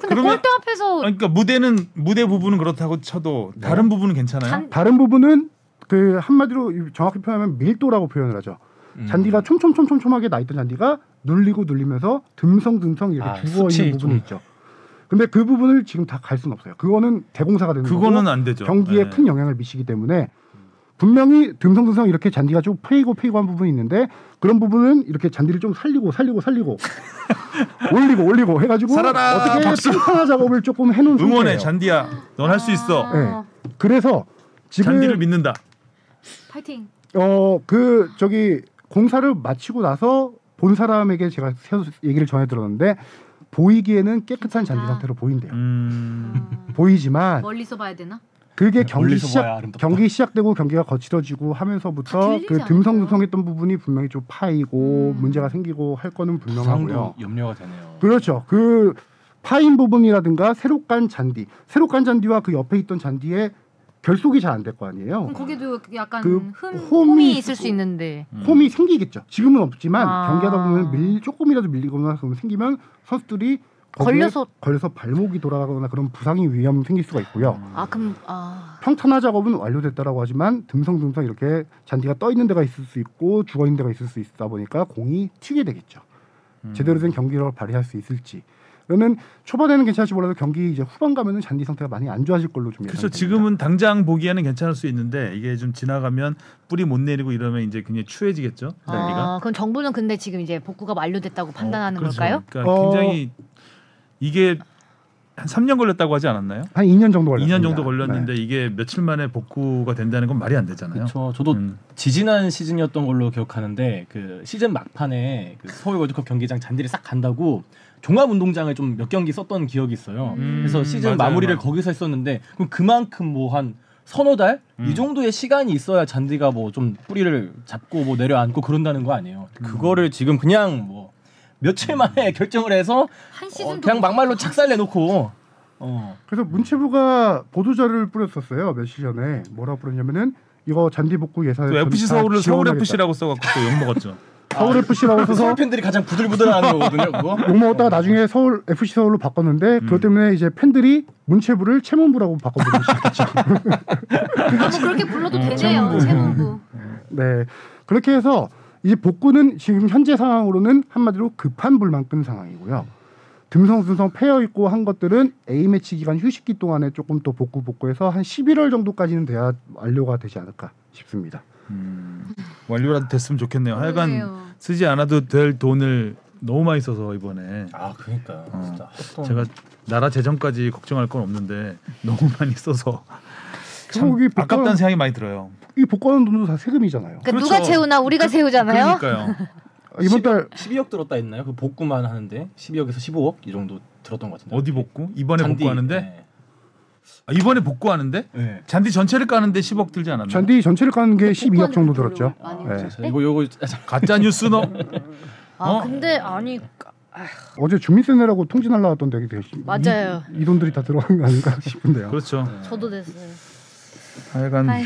근데
그러면-
골대 앞에서
또 그러니까 무대는 무대 부분은 그렇다고 쳐도
네.
다른 부분은 괜찮아요.
잔-
다른 부분은 그 한마디로 정확히 표현하면 밀도라고 표현을 하죠.
음.
음.
잔디가 촘촘촘촘촘하게 나 있던 잔디가 눌리고 눌리면서 듬성듬성 이렇게
아,
죽어
수치
있는 부분이 있죠. 근데 그 부분을 지금 다 갈 수는 없어요. 그거는 대공사가 되는
그거는
거고
안 되죠.
경기에
네.
큰 영향을 미치기 때문에 분명히 듬성듬성 이렇게 잔디가 쭉 패이고 패이고 한 부분이 있는데 그런 부분은 이렇게 잔디를 좀 살리고 살리고 살리고 올리고 올리고 해가지고
살아라,
어떻게
박수.
평평화 작업을 조금 해놓은
응원해
상태예요.
잔디야, 넌 할 수 있어.
아,
그래서 지금
잔디를 믿는다.
네.
파이팅.
어, 그 저기 공사를 마치고 나서 본 사람에게 제가 새- 얘기를 전해 들었는데 보이기에는 깨끗한 잔디
아.
상태로 보인대요.
음,
보이지만
멀리서 봐야 되나?
그게
네,
경기
멀리서 봐야
시작
아름답다.
경기 시작되고 경기가 거칠어지고 하면서부터
아, 들리지
그
않을까요?
듬성듬성했던 부분이 분명히 좀 파이고
음.
문제가 생기고 할 거는 분명하고요.
그 부상도 염려가 되네요.
그렇죠. 그 파인 부분이라든가 새로 깐 잔디, 새로 깐 잔디와 그 옆에 있던 잔디에 결속이 잘 안 될 거 아니에요.
그럼 거기도 약간
그
흠,
홈이
홈이
있을
있을
수-
수 있는데.
음.
홈이 생기겠죠. 지금은 없지만
아.
경기하다 보면 밀 조금이라도 밀리거나 그런 생기면 선수들이 거기에
걸려서-
걸려서 발목이 돌아가거나 그런 부상이 위험 생길 수가 있고요.
아 그럼 아
평탄화 작업은 완료됐다라고 하지만 듬성듬성 이렇게 잔디가 떠 있는 데가 있을 수 있고 죽어 있는 데가 있을 수 있다 보니까 공이 튀게 되겠죠.
음.
제대로 된 경기력을 발휘할 수 있을지. 그러면 초반에는 괜찮을지 몰라도 경기 이제 후반 가면은 잔디 상태가 많이 안 좋아질 걸로 좀
그렇죠.
예상됩니다.
지금은 당장 보기에는 괜찮을 수 있는데 이게 좀 지나가면 뿌리 못 내리고 이러면 이제 굉장히 추해지겠죠. 잔디가.
아, 그럼 정부는 근데 지금 이제 복구가 완료됐다고 판단하는
그렇죠.
걸까요?
그러니까
어.
굉장히 이게 한 3년 걸렸다고 하지 않았나요?
한 2년 정도 걸렸습니다.
2년 정도
네.
걸렸는데 이게 며칠 만에 복구가 된다는 건 말이 안 되잖아요.
그렇죠. 저도
음.
지지난 시즌이었던 걸로 기억하는데 그 시즌 막판에 그 서울 월드컵 경기장 잔디를 싹 간다고 종합 운동장을 좀 몇 경기 썼던 기억이 있어요.
음,
그래서
맞아요.
시즌 마무리를 거기서 했었는데 그럼 그만큼 뭐 한 서너 달 이
음.
정도의 시간이 있어야 잔디가 뭐 좀 뿌리를 잡고 뭐 내려앉고 그런다는 거 아니에요. 음. 그거를 지금 그냥 뭐 며칠 만에 결정을 해서
한
어,
시즌도
그냥 막말로 착살 내놓고 어.
그래서 문체부가 보도자를 뿌렸었어요 며칠 전에 뭐라고 뿌렸냐면은 이거 잔디 복구 예산
또 FC 그 서울을 서울 FC라고 써갖고 또 욕 먹었죠.
아, 서울 FC라고 써서
그 서울 팬들이 가장 부들부들하는 거거든요. 그거.
욕 먹었다가 나중에 서울 FC 서울로 바꿨는데
음.
그것 때문에 이제 팬들이 문체부를 채문부라고 바꿔버리기 시작했죠.
아, 뭐 그렇게 불러도 되네요. 채무부.
네 그렇게 해서 이제 복구는 지금 현재 상황으로는 한마디로 급한 불만 끈 상황이고요. 듬성듬성 패여 있고 한 것들은 A 매치 기간 휴식기 동안에 조금 또 복구 복구해서 한 11월 정도까지는 돼야 완료가 되지 않을까 싶습니다.
음, 완료라도 됐으면 좋겠네요. 하여간
그러네요.
쓰지 않아도 될 돈을 너무 많이 써서 이번에
아 그러니까
어.
진짜 합동.
제가 나라 재정까지 걱정할 건 없는데 너무 많이 써서 참
결국 이 복권-
아깝다는 생각이 많이 들어요.
이 복권 돈도 다 세금이잖아요.
그러니까
그렇죠.
누가 채우나 우리가 채우잖아요.
그러니까요.
이번 달
12억 들었다 했나요? 그 복구만 하는데 12억에서 15억 이 정도 들었던 것 같은데.
어디 복구? 이번에
잔디.
복구하는데
네.
아, 이번에 복구하는데
네.
잔디 전체를 까는데 10억 들지 않았나?
잔디 전체를 까는 게 12억 정도 들었죠.
많이
네.
자, 이거 요거 자,
가짜 뉴스 너
아
어?
근데 아니
어제 주민세내라고 통지 날라왔던데 이게 대신
맞아요.
이, 이 돈들이 다 들어간 거 아닌가 싶은데요.
그렇죠.
저도 됐어요.
하여간
아휴.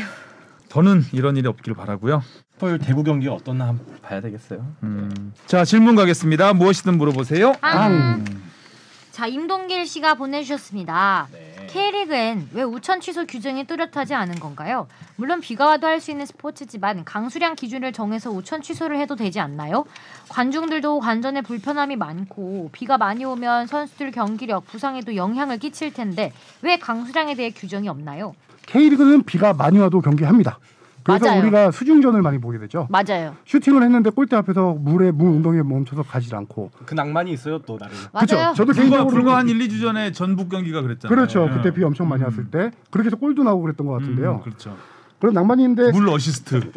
더는 이런 일이 없길 바라고요.
서울 대구 경기 어떤나 한번 봐야 되겠어요.
음. 자 질문 가겠습니다. 무엇이든 물어보세요.
음.
아. 자 임동길 씨가 보내주셨습니다.
네.
K리그엔 왜 우천 취소 규정이 뚜렷하지 않은 건가요? 물론 비가 와도 할 수 있는 스포츠지만 강수량 기준을 정해서 우천 취소를 해도 되지 않나요? 관중들도 관전에 불편함이 많고 비가 많이 오면 선수들 경기력, 부상에도 영향을 끼칠 텐데 왜 강수량에 대해 규정이 없나요?
K리그는 비가 많이 와도 경기합니다. 그래서
맞아요.
우리가 수중전을 많이 보게 되죠.
맞아요.
슈팅을 했는데 골대 앞에서 물에 물 운동에 멈춰서 가지 않고.
그 낭만이 있어요 또 나름.
맞아요.
그렇죠. 저도
불과
개인적으로
불과 한 1, 2주 전에 전북 경기가 그랬잖아요.
그렇죠.
예.
그때 비 엄청 많이 왔을 때 그렇게 해서 골도 나오고 그랬던 것
음,
같은데요.
그렇죠.
그런 낭만인데
물 어시스트.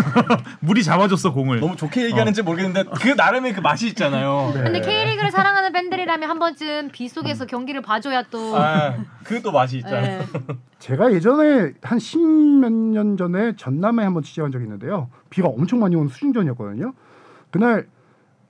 물이 잡아줬어 공을.
너무 좋게 얘기하는지 모르겠는데 그 나름의 그 맛이 있잖아요.
네.
근데 K리그를 사랑하는 팬들이라면 한 번쯤 비 속에서 경기를 봐줘야 또
아,
그 또 맛이 있잖아요.
네.
예.
제가 예전에 한 십몇 년 전에 전남에 한번 취재한 적이 있는데요. 비가 엄청 많이 온 수중전이었거든요. 그날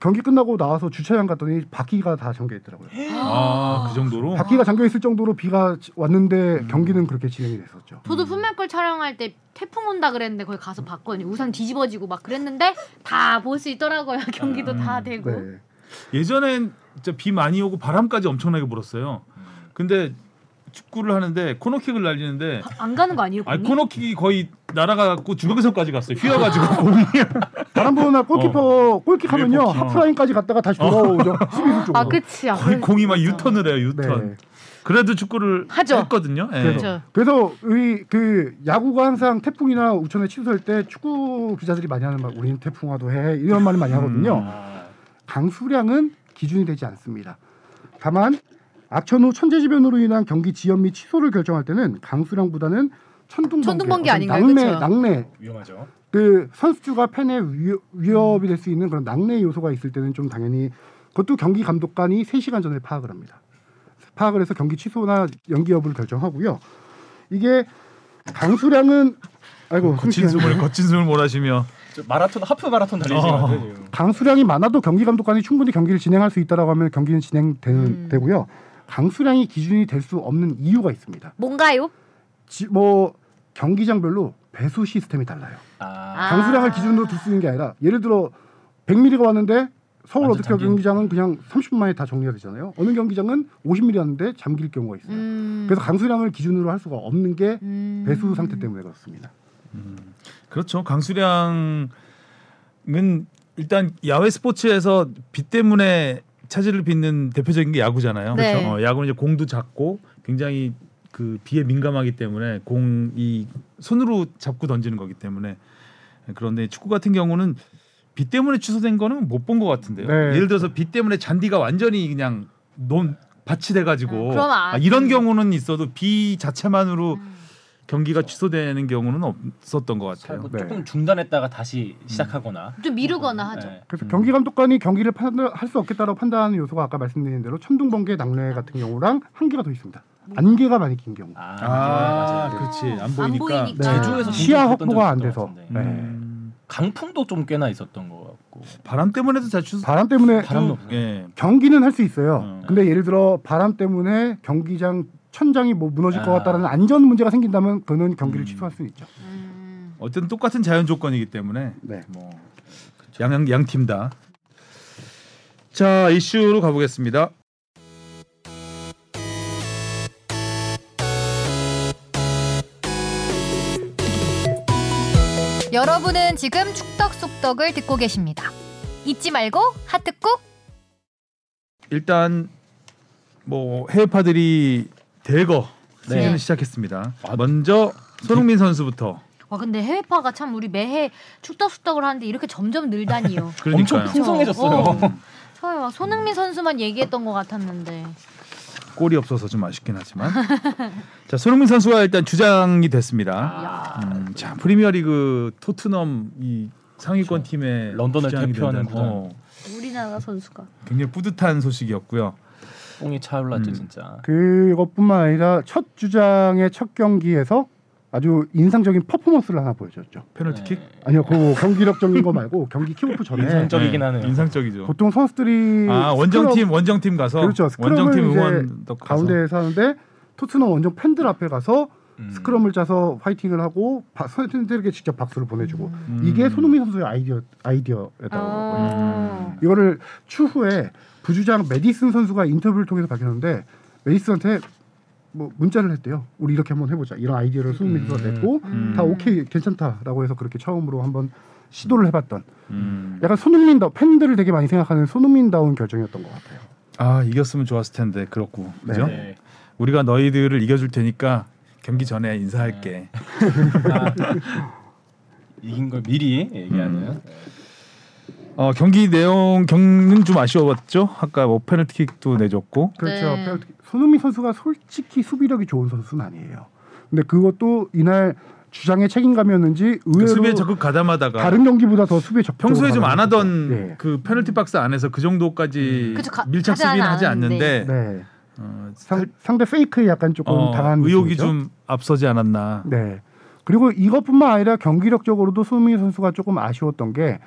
경기 끝나고 나와서 주차장 갔더니 바퀴가 다 잠겨 있더라고요.
아그 정도로.
바퀴가 잠겨 있을 정도로 비가 지- 왔는데 경기는 그렇게 진행이 됐었죠.
저도 품맥걸 촬영할 때 태풍 온다 그랬는데 거기 가서 봤거든요. 우산 뒤집어지고 막 그랬는데 다 볼 수 있더라고요. 경기도 다 되고.
네.
예전엔 진짜 비 많이 오고 바람까지 엄청나게 불었어요. 근데 축구를 하는데 코너킥을 날리는데
안 가는 거 아니에요?
아
공이?
코너킥이 거의 날아가고 중앙선까지 갔어요. 휘어가지고 공이
바람 부나 골키퍼 골킥 하면요
골킥.
하프라인까지 갔다가 다시 돌아오죠. 수비수 쪽으로.
아, 그치. 아,
거의 공이 막
진짜.
유턴을 해요. 유턴.
네.
그래도 축구를
하죠.
했거든요. 예.
그래서
그렇죠.
그래서 이그 야구가 항상 태풍이나 우천에 취소할 때 축구 기자들이 많이 하는 말 우리는 태풍화도 해 이런 말을 많이 하거든요. 강수량은 기준이 되지 않습니다. 다만 악천 후 천재지변으로 인한 경기 지연 및 취소를 결정할 때는 강수량보다는 천둥
천둥번개 아닌가요?
낙내
그쵸?
낙내
위험하죠.
그 선수가 팬의 위- 위협이 될 수 있는 그런 낙내 요소가 있을 때는 좀 당연히 그것도 경기 감독관이 3시간 전에 파악을 합니다. 파악을 해서 경기 취소나 연기 여부를 결정하고요. 이게 강수량은 아이고
거친
숨쉬네.
숨을 거친 숨을 몰아쉬며
저 마라톤 하프 마라톤 달리시거든요. 지금.
강수량이 많아도 경기 감독관이 충분히 경기를 진행할 수 있다라고 하면 경기는
음.
진행되고요. 강수량이 기준이 될 수 없는 이유가 있습니다.
뭔가요?
지- 뭐 경기장별로 배수 시스템이 달라요.
아,
강수량을 기준으로 둘 수 있는 게 아니라 예를 들어 100mm가 왔는데 서울
완전
어떻게
잠긴-
경기장은 그냥 30분 만에 다 정리가 되잖아요. 어느 경기장은 50mm 왔는데 잠길 경우가 있어요.
음.
그래서 강수량을 기준으로 할 수가 없는 게
음.
배수 상태 때문에 그렇습니다.
그렇죠. 강수량은 일단 야외 스포츠에서 비 때문에 차질을 빚는 대표적인 게 야구잖아요.
네.
그렇죠. 어, 야구는 이제 공도 작고 굉장히 그 비에 민감하기 때문에 공 이 손으로 잡고 던지는 거기 때문에 그런데 축구 같은 경우는 비 때문에 취소된 거는 못 본 것 같은데요.
네.
예를 들어서 비 때문에 잔디가 완전히 그냥 논 밭이 돼가지고
아, 그럼 아-
아, 이런 경우는 있어도 비 자체만으로
음.
경기가 취소되는 경우는 없었던 것 같아요.
뭐
네.
조금 중단했다가 다시 시작하거나.
좀 미루거나 하죠.
네.
그래서
음.
경기 감독관이 경기를 할 수 없겠다라고 판단하는 요소가 아까 말씀드린 대로 천둥 번개 낙뢰 같은 경우랑 한계가 더 있습니다. 안개가 많이 긴 경우.
아,
아,
맞아요.
그렇지.
안
안 보이니까.
보이니까.
네.
제주에서
시야
종종 했던
확보가 안
적이
돼서.
있던 것 같은데.
네.
음,
강풍도 좀 꽤나 있었던 것 같고.
바람 때문에도 잘 취소.
바람 때문에
바람도 없어요.
예.
경기는 할 수 있어요.
음.
근데 예를 들어 바람 때문에 경기장 천장이 뭐 무너질 것
아.
같다라는 안전 문제가 생긴다면 그는 경기를
음.
취소할 수는 있죠.
음.
어쨌든 똑같은 자연 조건이기 때문에
네.
뭐 양양 양팀 다. 자 이슈로 가보겠습니다.
여러분은 지금 축덕 속덕을 듣고 계십니다. 잊지 말고 하트 꾹.
일단 뭐 해외파들이 대거
네.
시즌을 시작했습니다. 먼저 손흥민 선수부터.
와 근데 해외파가 참 우리 매해 축덕 속덕을 하는데 이렇게 점점 늘다니요.
그러니까요.
엄청 풍성해졌어요.
어. 저요 막 손흥민 선수만 얘기했던 것 같았는데
골이 없어서 좀 아쉽긴 하지만 자 손흥민 선수가 일단 주장이 됐습니다.
아,
음, 자
네.
프리미어리그 토트넘 이 상위권 팀의
그렇죠. 런던을
주장이
대표하는
된다는 거
우리나라 선수가
굉장히 뿌듯한 소식이었고요.
뽕이 차올랐죠
음.
진짜.
그것뿐만 아니라 첫 주장의 첫 경기에서 아주 인상적인 퍼포먼스를 하나 보여줬죠.
페널티킥
네.
아니요, 그 경기력적인 거 말고 경기 키오프 전에
인상적- 인상적이긴 하네요.
인상적이죠.
보통 선수들이
아 원정팀 원정팀 가서
그렇죠. 스크럼을
원정팀
이제
응원
스크럽 가운데에서 하는데 토트넘 원정 팬들 앞에 가서
음.
스크럼을 짜서 화이팅을 하고 바- 선수들에게 직접 박수를 보내주고
음.
이게 손흥민 선수의 아이디어 아이디어였다고 요 이거를 추후에 부주장 메디슨 선수가 인터뷰를 통해서 밝혔는데 메디슨한테 뭐 문자를 했대요. 우리 이렇게 한번 해보자. 이런 아이디어를 수민이가
음.
냈고
음.
다 오케이 괜찮다라고 해서 그렇게 처음으로 한번 시도를 해봤던
음.
약간 손흥민다 팬들을 되게 많이 생각하는 손흥민다운 결정이었던 것 같아요.
아 이겼으면 좋았을 텐데 그렇고 그죠?
네.
우리가 너희들을 이겨줄 테니까 경기 전에 인사할게.
네. 이긴 걸 미리 얘기하는 네.
어 경기 내용 경은 좀 아쉬웠죠. 아까 뭐 페널티킥도 내줬고
그렇죠.
네.
페널티- 손흥민 선수가 솔직히 수비력이 좋은 선수는 아니에요. 근데 그것도 이날 주장의 책임감이었는지
그
의외로
수비에 적극 가담하다가
다른 경기보다 더 수비에 적.
평소에 좀 안 하던
예.
그 페널티 박스 안에서 그 정도까지
음. 그쵸, 가-
밀착
하진
수비는 하지
않았는데.
않는데
네.
어,
상, 상대 페이크에 약간 조금
어,
당한
의욕이
느낌이죠.
좀 앞서지 않았나.
네. 그리고 이것뿐만 아니라 경기력적으로도 손흥민 선수가 조금 아쉬웠던 게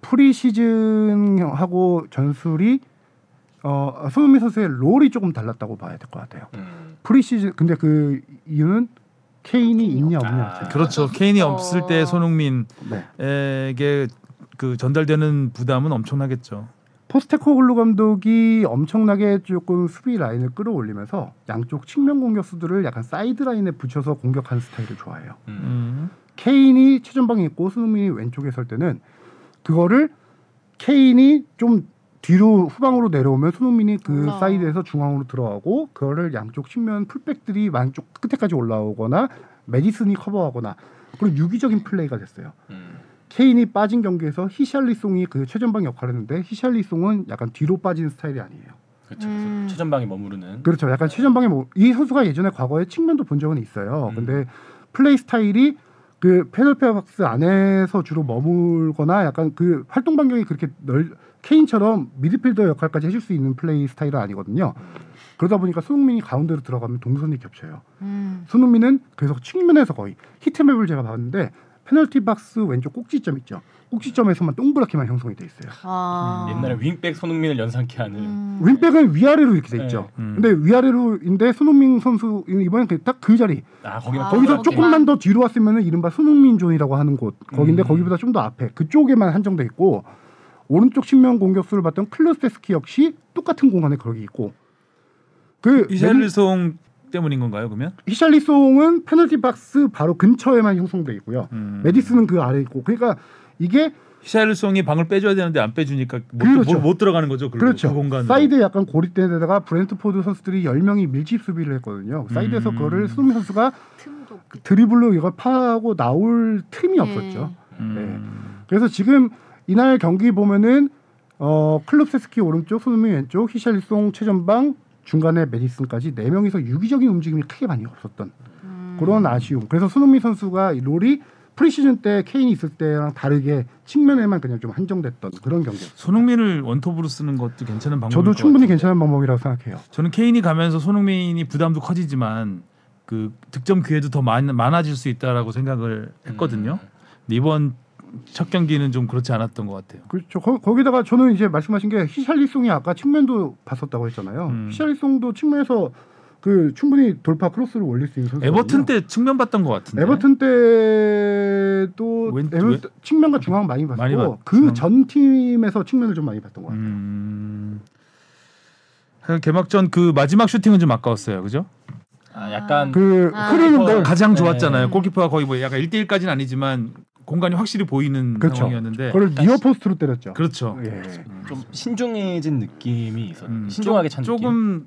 프리시즌하고 전술이 어, 손흥민 선수의 롤이 조금 달랐다고 봐야 될 것 같아요.
음.
프리시즌 근데 그 이유는 케인이 있냐 없냐.
아.
그렇죠. 케인이 없을 때 손흥민에게
네.
그 전달되는 부담은 엄청나겠죠.
포스테코글루 감독이 엄청나게 조금 수비 라인을 끌어올리면서 양쪽 측면 공격수들을 약간 사이드 라인에 붙여서 공격하는 스타일을 좋아해요.
음.
음.
케인이 최전방에 있고 손흥민이 왼쪽에 설 때는 그거를 케인이 좀 뒤로 후방으로 내려오면 손흥민이 그
올라와.
사이드에서 중앙으로 들어가고 그거를 양쪽 측면 풀백들이 양쪽 끝에까지 올라오거나 메디슨이 커버하거나 그런 유기적인 플레이가 됐어요.
음.
케인이 빠진 경기에서 히샬리송이 그 최전방 역할을 했는데 히샬리송은 약간 뒤로 빠지는 스타일이 아니에요.
그렇죠.
음.
최전방에 머무르는
그렇죠. 약간 최전방에 뭐, 이 선수가 예전에 과거에 측면도 본 적은 있어요.
음.
근데 플레이 스타일이 그 페널페어 박스 안에서 주로 머물거나 약간 그 활동 반경이 그렇게 넓 케인처럼 미드필더 역할까지 해줄 수 있는 플레이 스타일은 아니거든요. 그러다 보니까 손흥민이 가운데로 들어가면 동선이 겹쳐요.
음.
손흥민은 그래서 측면에서 거의 히트맵을 제가 봤는데 페널티 박스 왼쪽 꼭지점 있죠. 꼭지점에서만 동그랗게만 형성이 돼 있어요.
아.
음, 옛날에 윙백 손흥민을 연상케 하는
음.
윙백은 위아래로 이렇게 돼 있죠.
네. 음.
근데 위아래로인데 손흥민 선수 이번엔 딱 그 자리
아 거기
아,
거기서
거기만?
조금만 더 뒤로 왔으면은 이른바 손흥민 존이라고 하는 곳
음.
거긴데 거기보다 좀 더 앞에 그쪽에만 한정돼 있고 오른쪽 측면 공격수를 봤던 클로스테스키 역시 똑같은 공간에 거기 있고 그
이샬리송 때문인 건가요, 그러면?
메디- 히샬리송은 페널티 박스 바로 근처에만 형성돼 있고요.
음.
메디슨은 그 아래 있고 그러니까 이게
히샬리송이 방을 빼줘야 되는데 안 빼주니까 못,
그렇죠.
못, 못 들어가는 거죠. 그,
그렇죠.
그 공간으로.
사이드에 약간 고립된 데다가 브렌트포드 선수들이 10명이 밀집 수비를 했거든요. 사이드에서
음.
그거를 손흥민 선수가
틈도 없기
그 드리블로 이걸 파고 나올 틈이
때문에.
없었죠. 네.
음.
그래서 지금 이날 경기 보면은 어 클럽세스키 오른쪽, 손흥민 왼쪽, 히샬리송 최전방 중간에 메디슨까지 네 명이서 유기적인 움직임이 크게 많이 없었던
음.
그런 아쉬움. 그래서 손흥민 선수가 이 롤이 프리시즌 때 케인이 있을 때랑 다르게 측면에만 그냥 좀 한정됐던 그런 경기.
손흥민을 원톱으로 쓰는 것도 괜찮은 방법.
저도 충분히 괜찮은 방법이라고 생각해요.
저는 케인이 가면서 손흥민이 부담도 커지지만 그 득점 기회도 더 많, 많아질 수 있다라고 생각을 했거든요.
음.
근데 이번 첫 경기는 좀 그렇지 않았던 것 같아요.
그렇죠. 거, 거기다가 저는 이제 말씀하신 게 히샬리송이 아까 측면도 봤었다고 했잖아요.
음.
히샬리송도 측면에서 그 충분히 돌파 크로스를 올릴 수 있는 선수.
에버튼 때 측면 봤던 것 같은데.
에버튼 때도
왼-
에버-
왼-
측면과 중앙 많이
많이 봤-
봤고 그 전 팀에서 측면을 좀 많이 봤던 것 같아요.
음. 하여간 개막전 그 마지막 슈팅은 좀 아까웠어요. 그죠?
아, 약간
그
아.
흐르는
어,
걸
가장
네.
좋았잖아요. 골키퍼가 거의 뭐 약간 1대1까지는 아니지만 공간이 확실히 보이는
그렇죠.
상황이었는데.
그걸 니어 포스트로 때렸죠.
네. 그렇죠.
예.
좀 신중해진 느낌이 있었.
음,
신중하게 찬 느낌.
조금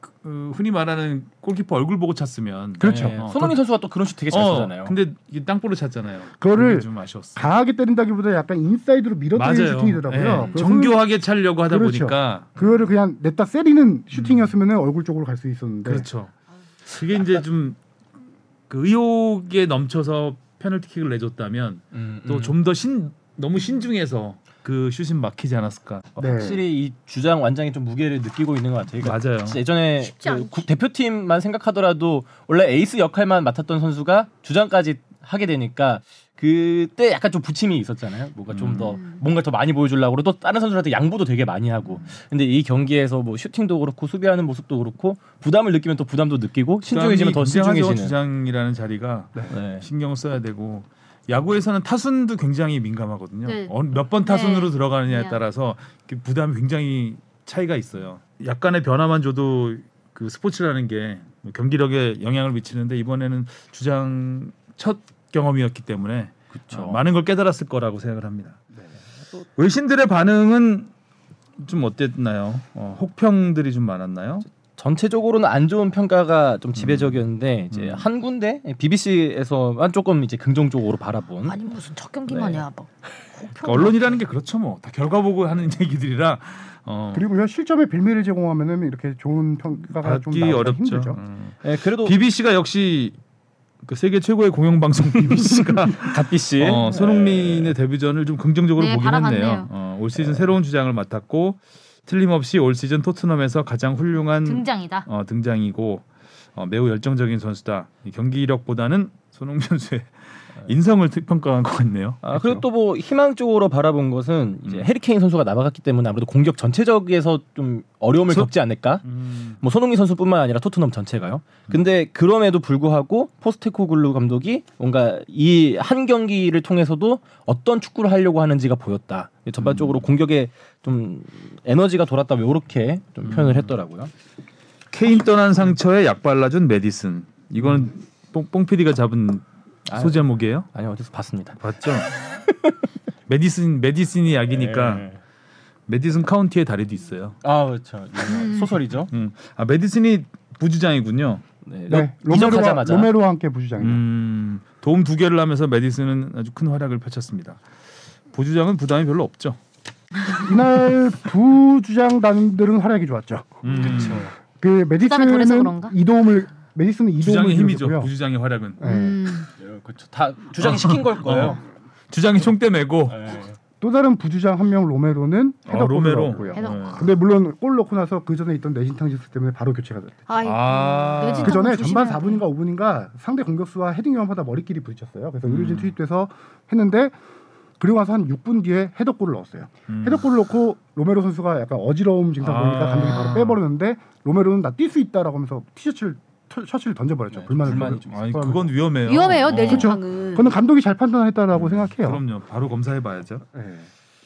그, 흔히 말하는 골키퍼 얼굴 보고 찼으면
그렇죠.
네.
어,
손흥민 선수가 또 그런 슛 되게 잘
어,
쏘잖아요.
근데 이게 땅볼로 찼잖아요.
그거를
그게 좀 아쉬웠어.
강하게 때린다기보다 약간 인사이드로 밀어뜨리는
맞아요.
슈팅이더라고요.
예,
그래서
정교하게 차려고 하다
그렇죠.
보니까
그거를 그냥 냈다 세리는 슈팅이었으면 얼굴 쪽으로 갈 수 있었는데
음. 그렇죠. 그게 이제 좀 그 의욕에 넘쳐서 페널티킥을 내줬다면
음, 음.
또 좀 더 신 너무 신중해서 그 슛이 막히지 않았을까.
네.
확실히 이 주장 완장이 좀 무게를 느끼고 있는 것 같아요. 그러니까
맞아요.
진짜 예전에
쉽지
그
않지.
국- 대표팀만 생각하더라도 원래 에이스 역할만 맡았던 선수가 주장까지 하게 되니까 그때 약간 좀 부침이 있었잖아요. 뭔가 좀 더
음.
뭔가 더 많이 보여주려고 그러고 또 다른 선수들한테 양보도 되게 많이 하고 근데 이 경기에서 뭐 슈팅도 그렇고 수비하는 모습도 그렇고 부담을 느끼면 또 부담도 느끼고 신중해지면 더
부담이 굉장하죠,
신중해지는
그 주장이라는 자리가
네.
신경을 써야 되고 야구에서는 타순도 굉장히 민감하거든요. 어,
네.
몇 번 타순으로
네.
들어가느냐에
네.
따라서 그 부담이 굉장히 차이가 있어요. 약간의 변화만 줘도 그 스포츠라는 게 경기력에 영향을 미치는데 이번에는 주장 첫 경험이었기 때문에
그쵸. 네.
어, 많은 걸 깨달았을 거라고 생각을 합니다. 외신들의 반응은 좀 어땠나요? 어, 혹평들이 좀 많았나요?
전체적으로는 안 좋은 평가가 좀 지배적이었는데 이제
음.
한 군데 예, BBC에서만 조금 이제 긍정적으로 바라본
아니 무슨 첫 경기만
네.
해야 막
그러니까 언론이라는 게 그렇죠 뭐 다 결과 보고 하는 얘기들이라 어,
그리고요 실점의 빌미를 제공하면은 이렇게 좋은 평가가 좀
받기
나오기
어렵죠.
힘들죠.
음.
예, 그래도
BBC가 역시 그 세계 최고의 공영방송 BBC가
갓비씨
어, 손흥민의 데뷔전을 좀 긍정적으로
네,
보긴 했네요.
바라봤네요.
어, 올 시즌 새로운 주장을 맡았고 틀림없이 올 시즌 토트넘에서 가장 훌륭한
등장이다.
어, 등장이고 어, 매우 열정적인 선수다. 이 경기력보다는 손흥민 선수의 인성을 특- 평가한 것 같네요. 그렇죠?
아, 그리고 또 뭐 희망 쪽으로 바라본 것은 이제
음.
해리케인 선수가 나가갔기 때문에 아무래도 공격 전체적에서 좀 어려움을
소-
겪지 않을까?
음,
뭐 손흥민 선수뿐만 아니라 토트넘 전체가요. 근데 그럼에도 불구하고 포스테코글루 감독이 뭔가 이 한 경기를 통해서도 어떤 축구를 하려고 하는지가 보였다. 전반적으로 공격에 좀 에너지가 돌았다. 뭐 이렇게 좀 표현을 했더라고요.
케인 떠난 상처에 약 발라준 메디슨. 이건 뽕 PD가 잡은
아.
소제목이에요.
아니 어디서 봤습니다.
봤죠? 메디슨 메디슨이 약이니까
네.
네.
메디슨 카운티의 달에도 있어요.
그러니까 아 그렇죠. 소설이죠.
음. 아 메디슨이 부주장이군요.
네.
네, 로메로와,
이적하자마자
로메로와 함께 부주장입니다.
음, 도움 두 개를 하면서 메디슨은 아주 큰 활약을 펼쳤습니다. 부주장은 부담이 별로 없죠.
이날 부주장단들은 활약이 좋았죠.
음,
그
부담이 덜해서
메디슨은
그런가?
이도움을 메디슨은 이도움을
주장의 힘이죠.
기록했고요.
부주장의 활약은
네.
음.
그렇죠. 다 주장이 시킨 걸 거예요. 네.
주장이 총대 메고
아,
어. 또 다른 부주장 한 명 로메로는
아,
헤더골을
로메로.
넣었고요.
헤더-
어.
근데 물론 골 넣고 나서 그 전에 있던 내신탕 지수 때문에 바로 교체가 됐대.
아이.
아,
뇌진탕
그 전에
조심해야
전반 4분인가 5분인가 상대 공격수와 헤딩 경험하다 머리끼리 부딪혔어요. 그래서 의료진
음.
투입돼서 했는데 그리고 와서 한 6분 뒤에 헤더골을 넣었어요.
음.
헤더골을 넣고 로메로 선수가 약간 어지러움 증상
아.
보니까 감독이 바로 빼버렸는데 로메로는 나 뛸 수 있다라고 하면서 티셔츠를 터- 셔츠를 던져버렸죠.
네,
불만을
불만이
표현-
좀
아니
표현하면서.
그건 위험해요.
위험해요
어.
뇌진탕은.
그거는 감독이 잘 판단했다라고 생각해요.
음, 그럼요. 바로 검사해 봐야죠.
예.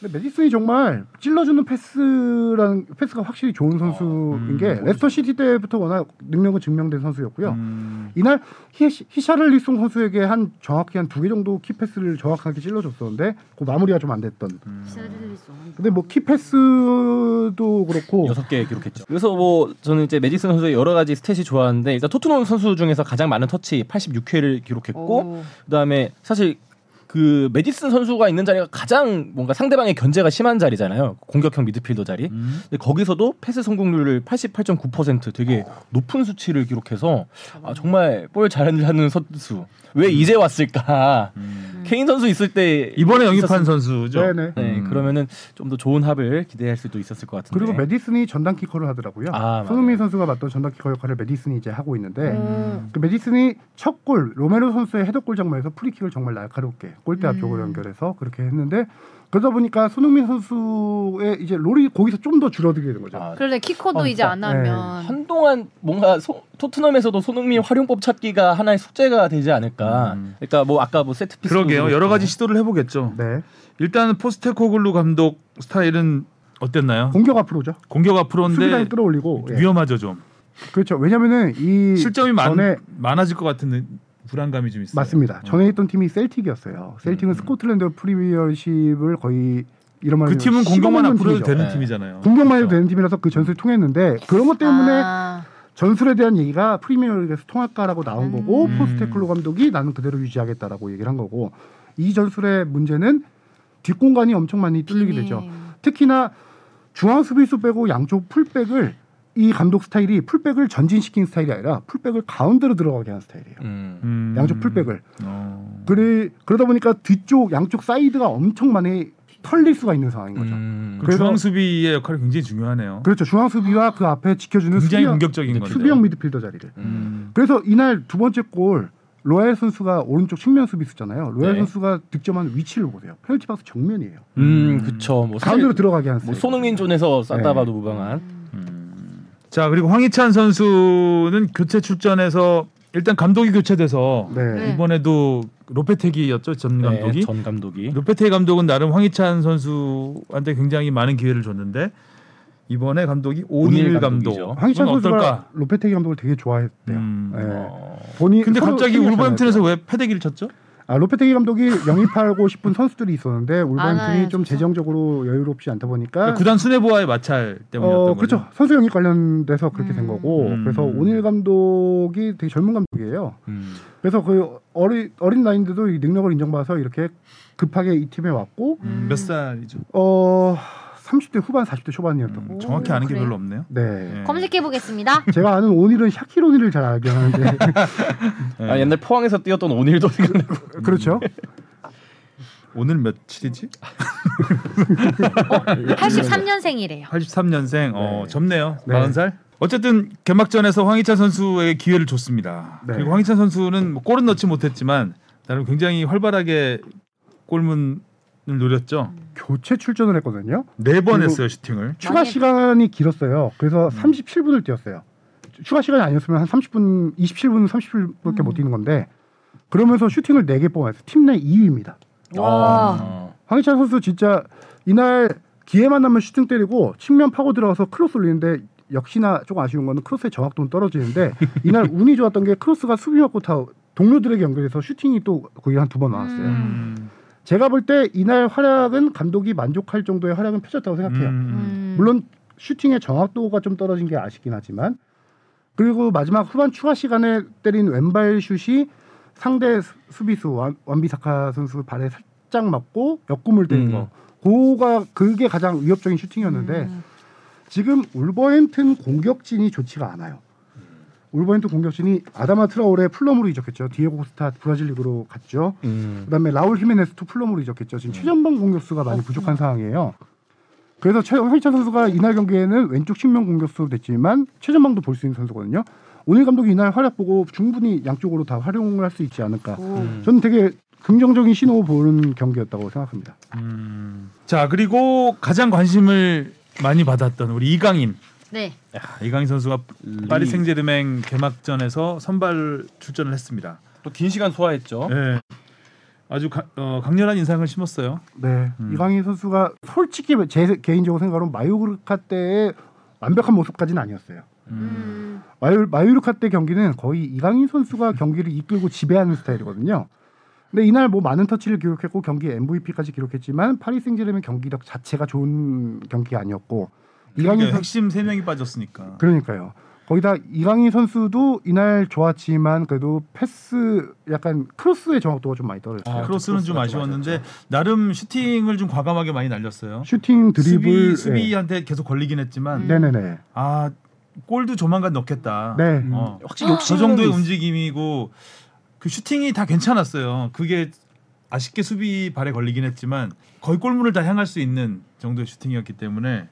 근데 메디슨이 정말 찔러주는 패스라는 패스가 확실히 좋은 선수인
음,
게
모르죠.
레스터 시티 때부터 워낙 능력은 증명된 선수였고요.
음,
이날 히, 히샤를리송 선수에게 한 정확히 한 두 개 정도 키패스를 정확하게 찔러줬었는데 그 마무리가 좀 안 됐던.
음.
근데 뭐 키패스도 그렇고
여섯 개 기록했죠. 그래서 뭐 저는 이제 메디슨 선수의 여러 가지 스탯이 좋았는데 일단 토트넘 선수 중에서 가장 많은 터치 86회를 기록했고
어.
그다음에 사실 그 메디슨 선수가 있는 자리가 가장 뭔가 상대방의 견제가 심한 자리잖아요. 공격형 미드필더 자리.
음.
근데 거기서도 패스 성공률을 88.9% 되게
어.
높은 수치를 기록해서 아 정말 볼 잘하는 선수. 왜 이제 왔을까?
음.
케인 선수 있을 때
이번에 영입한
있었을-
선수죠.
네네.
네,
음.
그러면은 좀 더 좋은 합을 기대할 수도 있었을 것
네.
같은데.
그리고 메디슨이 전담 키커를 하더라고요.
아,
손흥민
맞아요.
선수가 맡던 전담 키커 역할을 메디슨이 이제 하고 있는데
음.
그 메디슨이 첫 골 로메로 선수의 헤더골 장면에서 프리킥을 정말 날카롭게 골대 앞쪽으로
음.
연결해서 그렇게 했는데 그러다 보니까 손흥민 선수의 이제 롤이 거기서 좀 더 줄어들게 된 거죠.
아,
그런데 키코도
아,
이제 안
네.
하면
한동안 뭔가 소- 토트넘에서도 손흥민 활용법 찾기가 하나의 숙제가 되지 않을까.
음.
그러니까 뭐 아까 뭐 세트피스
그러게요. 여러 가지 시도를 해보겠죠.
네.
일단 포스테코글루 감독 스타일은 어땠나요?
공격 앞으로죠.
공격
수비라인
앞으로인데
끌어올리고 예.
위험하죠 좀.
그렇죠. 왜냐면은 이
실점이 많,
전에
많아질 것 같은 느- 불안감이 좀 있어요.
맞습니다.
어.
전에 있던 팀이 셀틱이었어요. 셀틱은
음.
스코틀랜드 프리미어십을 거의 이런 말로
그 팀은 공격만 앞으로 해도 되는
네.
팀이잖아요.
공격만 해도
그렇죠.
되는 팀이라서 그 전술이 통했는데 그런 것 때문에
아,
전술에 대한 얘기가 프리미어리그에서 통할까라고 나온
음.
거고
음.
포스테클로 감독이 나는 그대로 유지하겠다라고 얘기를 한 거고 이 전술의 문제는 뒷공간이 엄청 많이 뚫리게
비네.
되죠. 특히나 중앙 수비수 빼고 양쪽 풀백을 이 감독 스타일이 풀백을 전진시킨 스타일이 아니라 풀백을 가운데로 들어가게 하는 스타일이에요.
음.
음.
양쪽 풀백을
어.
그래 그러다 보니까 뒤쪽 양쪽 사이드가 엄청 많이 털릴 수가 있는 상황인 거죠.
음.
그
그래서-
중앙 수비의 역할이 굉장히 중요하네요.
그렇죠. 중앙 수비와 그 앞에 지켜주는
굉장히
수비형,
공격적인 건데.
수비형 미드필더 자리를.
음.
그래서 이날 두 번째 골 로얄 선수가 오른쪽 측면 수비수잖아요. 로얄
네.
선수가 득점한 위치를 보세요. 페널티 박스 정면이에요.
음, 그쵸. 뭐 사실
가운데로 들어가게 하는
뭐
스타일.
손흥민 존에서
네.
쌌다 봐도 무방한.
음. 자 그리고 황희찬 선수는 교체 출전해서 일단 감독이 교체돼서
네.
네.
이번에도 로페teg이였죠 전
네,
감독이. 음.
전 감독이.
로페테이 감독은 나름 황희찬 선수한테 굉장히 많은 기회를 줬는데 이번에 감독이 오닐
오닐
감독.
감독이죠.
황희찬
이건
선수가
어떨까?
로페테기 감독을 되게 좋아했대요.
음.
예.
어.
본인
근데
서로
갑자기
팀이었잖아요.
울버햄튼에서 왜 패대기를 쳤죠?
아 로페테기 감독이 영입하고 싶은 선수들이 있었는데 울버햄튼이
아,
좀
진짜.
재정적으로 여유롭지 않다 보니까
그러니까 구단 수뇌부와의 마찰 때문이었던
어,
거죠.
그렇죠. 선수 영입 관련돼서 그렇게
음.
된 거고
음.
그래서 오닐 감독이 되게 젊은 감독이에요.
음.
그래서 그 어린 어린 나이인데도 이 능력을 인정받아서 이렇게 급하게 이 팀에 왔고
음, 몇 살이죠?
어 30대 후반 40대 초반이었던 거.
음,
오,
정확히 아는 게
그래요?
별로 없네요. 예.
네.
검색해 보겠습니다.
제가 아는 오닐은 샤킬 오닐을 잘 알긴 하는데
예.
아, 옛날 포항에서 뛰었던 오닐도 생각나고
그렇죠.
오늘 며칠이지?
83년생이래요.
83년생. 어,
네.
젊네요.
네.
40살. 어쨌든 개막전에서 황희찬 선수에게 기회를 줬습니다.
네.
그리고 황희찬 선수는 뭐 골은 넣지 못했지만 나름 굉장히 활발하게 골문을 노렸죠.
교체 출전을 했거든요.
네 번
그리고-
했어요 슈팅을.
추가
많이
시간이 길었어요. 그래서 37분을 뛰었어요. 추가 시간이 아니었으면 한 30분, 27분, 30분밖에
음.
못 뛰는 건데 그러면서 슈팅을 4개 뽑아냈어요. 팀 내 2위입니다.
아,
와.
어.
황희찬 선수 진짜 이날 기회만 나면 슈팅 때리고 측면 파고 들어가서 크로스 올리는데 역시나 조금 아쉬운 거는 크로스의 정확도는 떨어지는데 이날 운이 좋았던 게 크로스가 수비 맞고 다 동료들에게 연결해서 슈팅이 또 거의 한 두 번 나왔어요.
음.
음,
제가 볼 때 이날 활약은 감독이 만족할 정도의 활약은 펼쳤다고 생각해요.
음.
음.
물론 슈팅의 정확도가 좀 떨어진 게 아쉽긴 하지만 그리고 마지막 후반 추가 시간에 때린 왼발 슛이 상대 수- 수비수 완- 완비사카 선수 발에 살짝 맞고 옆구물 되는
음.
거. 그거가 그게 가장 위협적인 슈팅이었는데
음.
지금 울버햄튼 공격진이 좋지가 않아요. 울버햄튼 공격진이 아다마 트라오레 플럼으로 이적했죠. 디에고 코스타 브라질 리그로 갔죠.
음.
그다음에 라울 히메네스도 플럼으로 이적했죠. 지금 최전방 공격수가 많이 부족한 상황이에요. 그래서 최, 황희찬 선수가 이날 경기에는 왼쪽 측면 공격수로 됐지만 최전방도 볼 수 있는 선수거든요. 오늘 감독이 이날 활약 보고 충분히 양쪽으로 다 활용을 할 수 있지 않을까.
오.
저는 되게 긍정적인 신호 보는 경기였다고 생각합니다.
음. 자 그리고 가장 관심을 많이 받았던 우리 이강인.
네.
야, 이강인 선수가 파리 생제르맹 개막전에서 선발 출전을 했습니다.
또긴 시간 소화했죠.
예. 아주 가- 어, 강렬한 인상을 심었어요.
네, 이강인 선수가 솔직히 제 개인적으로 생각으로 마요르카 때의 완벽한 모습까지는 아니었어요.
음.
마요, 마요르카 때 경기는 거의 이강인 선수가 경기를 이끌고 지배하는 스타일이거든요. 근데 이날 뭐 많은 터치를 기록했고 경기 MVP까지 기록했지만 파리 생제르맹 경기력 자체가 좋은 경기 아니었고 이강인
그러니까
선수
핵심 세 명이 빠졌으니까.
그러니까요. 거기다 이강인 선수도 이날 좋았지만 그래도 패스 약간 크로스의 정확도가 좀 많이 떨어졌어요.
아, 크로스는 좀
크로스가 좀
아쉬웠는데 나름 슈팅을 좀 과감하게 많이 날렸어요.
슈팅
수비
드리블
수비한테 계속 걸리긴 했지만
예. 네네네.
아 골도 조만간 넣겠다.
네.
어.
확실히
저
욕심
정도의
있-
움직임이고 그 슈팅이 다 괜찮았어요. 그게 아쉽게 수비 발에 걸리긴 했지만 거의 골문을 다 향할 수 있는 정도의 슈팅이었기 때문에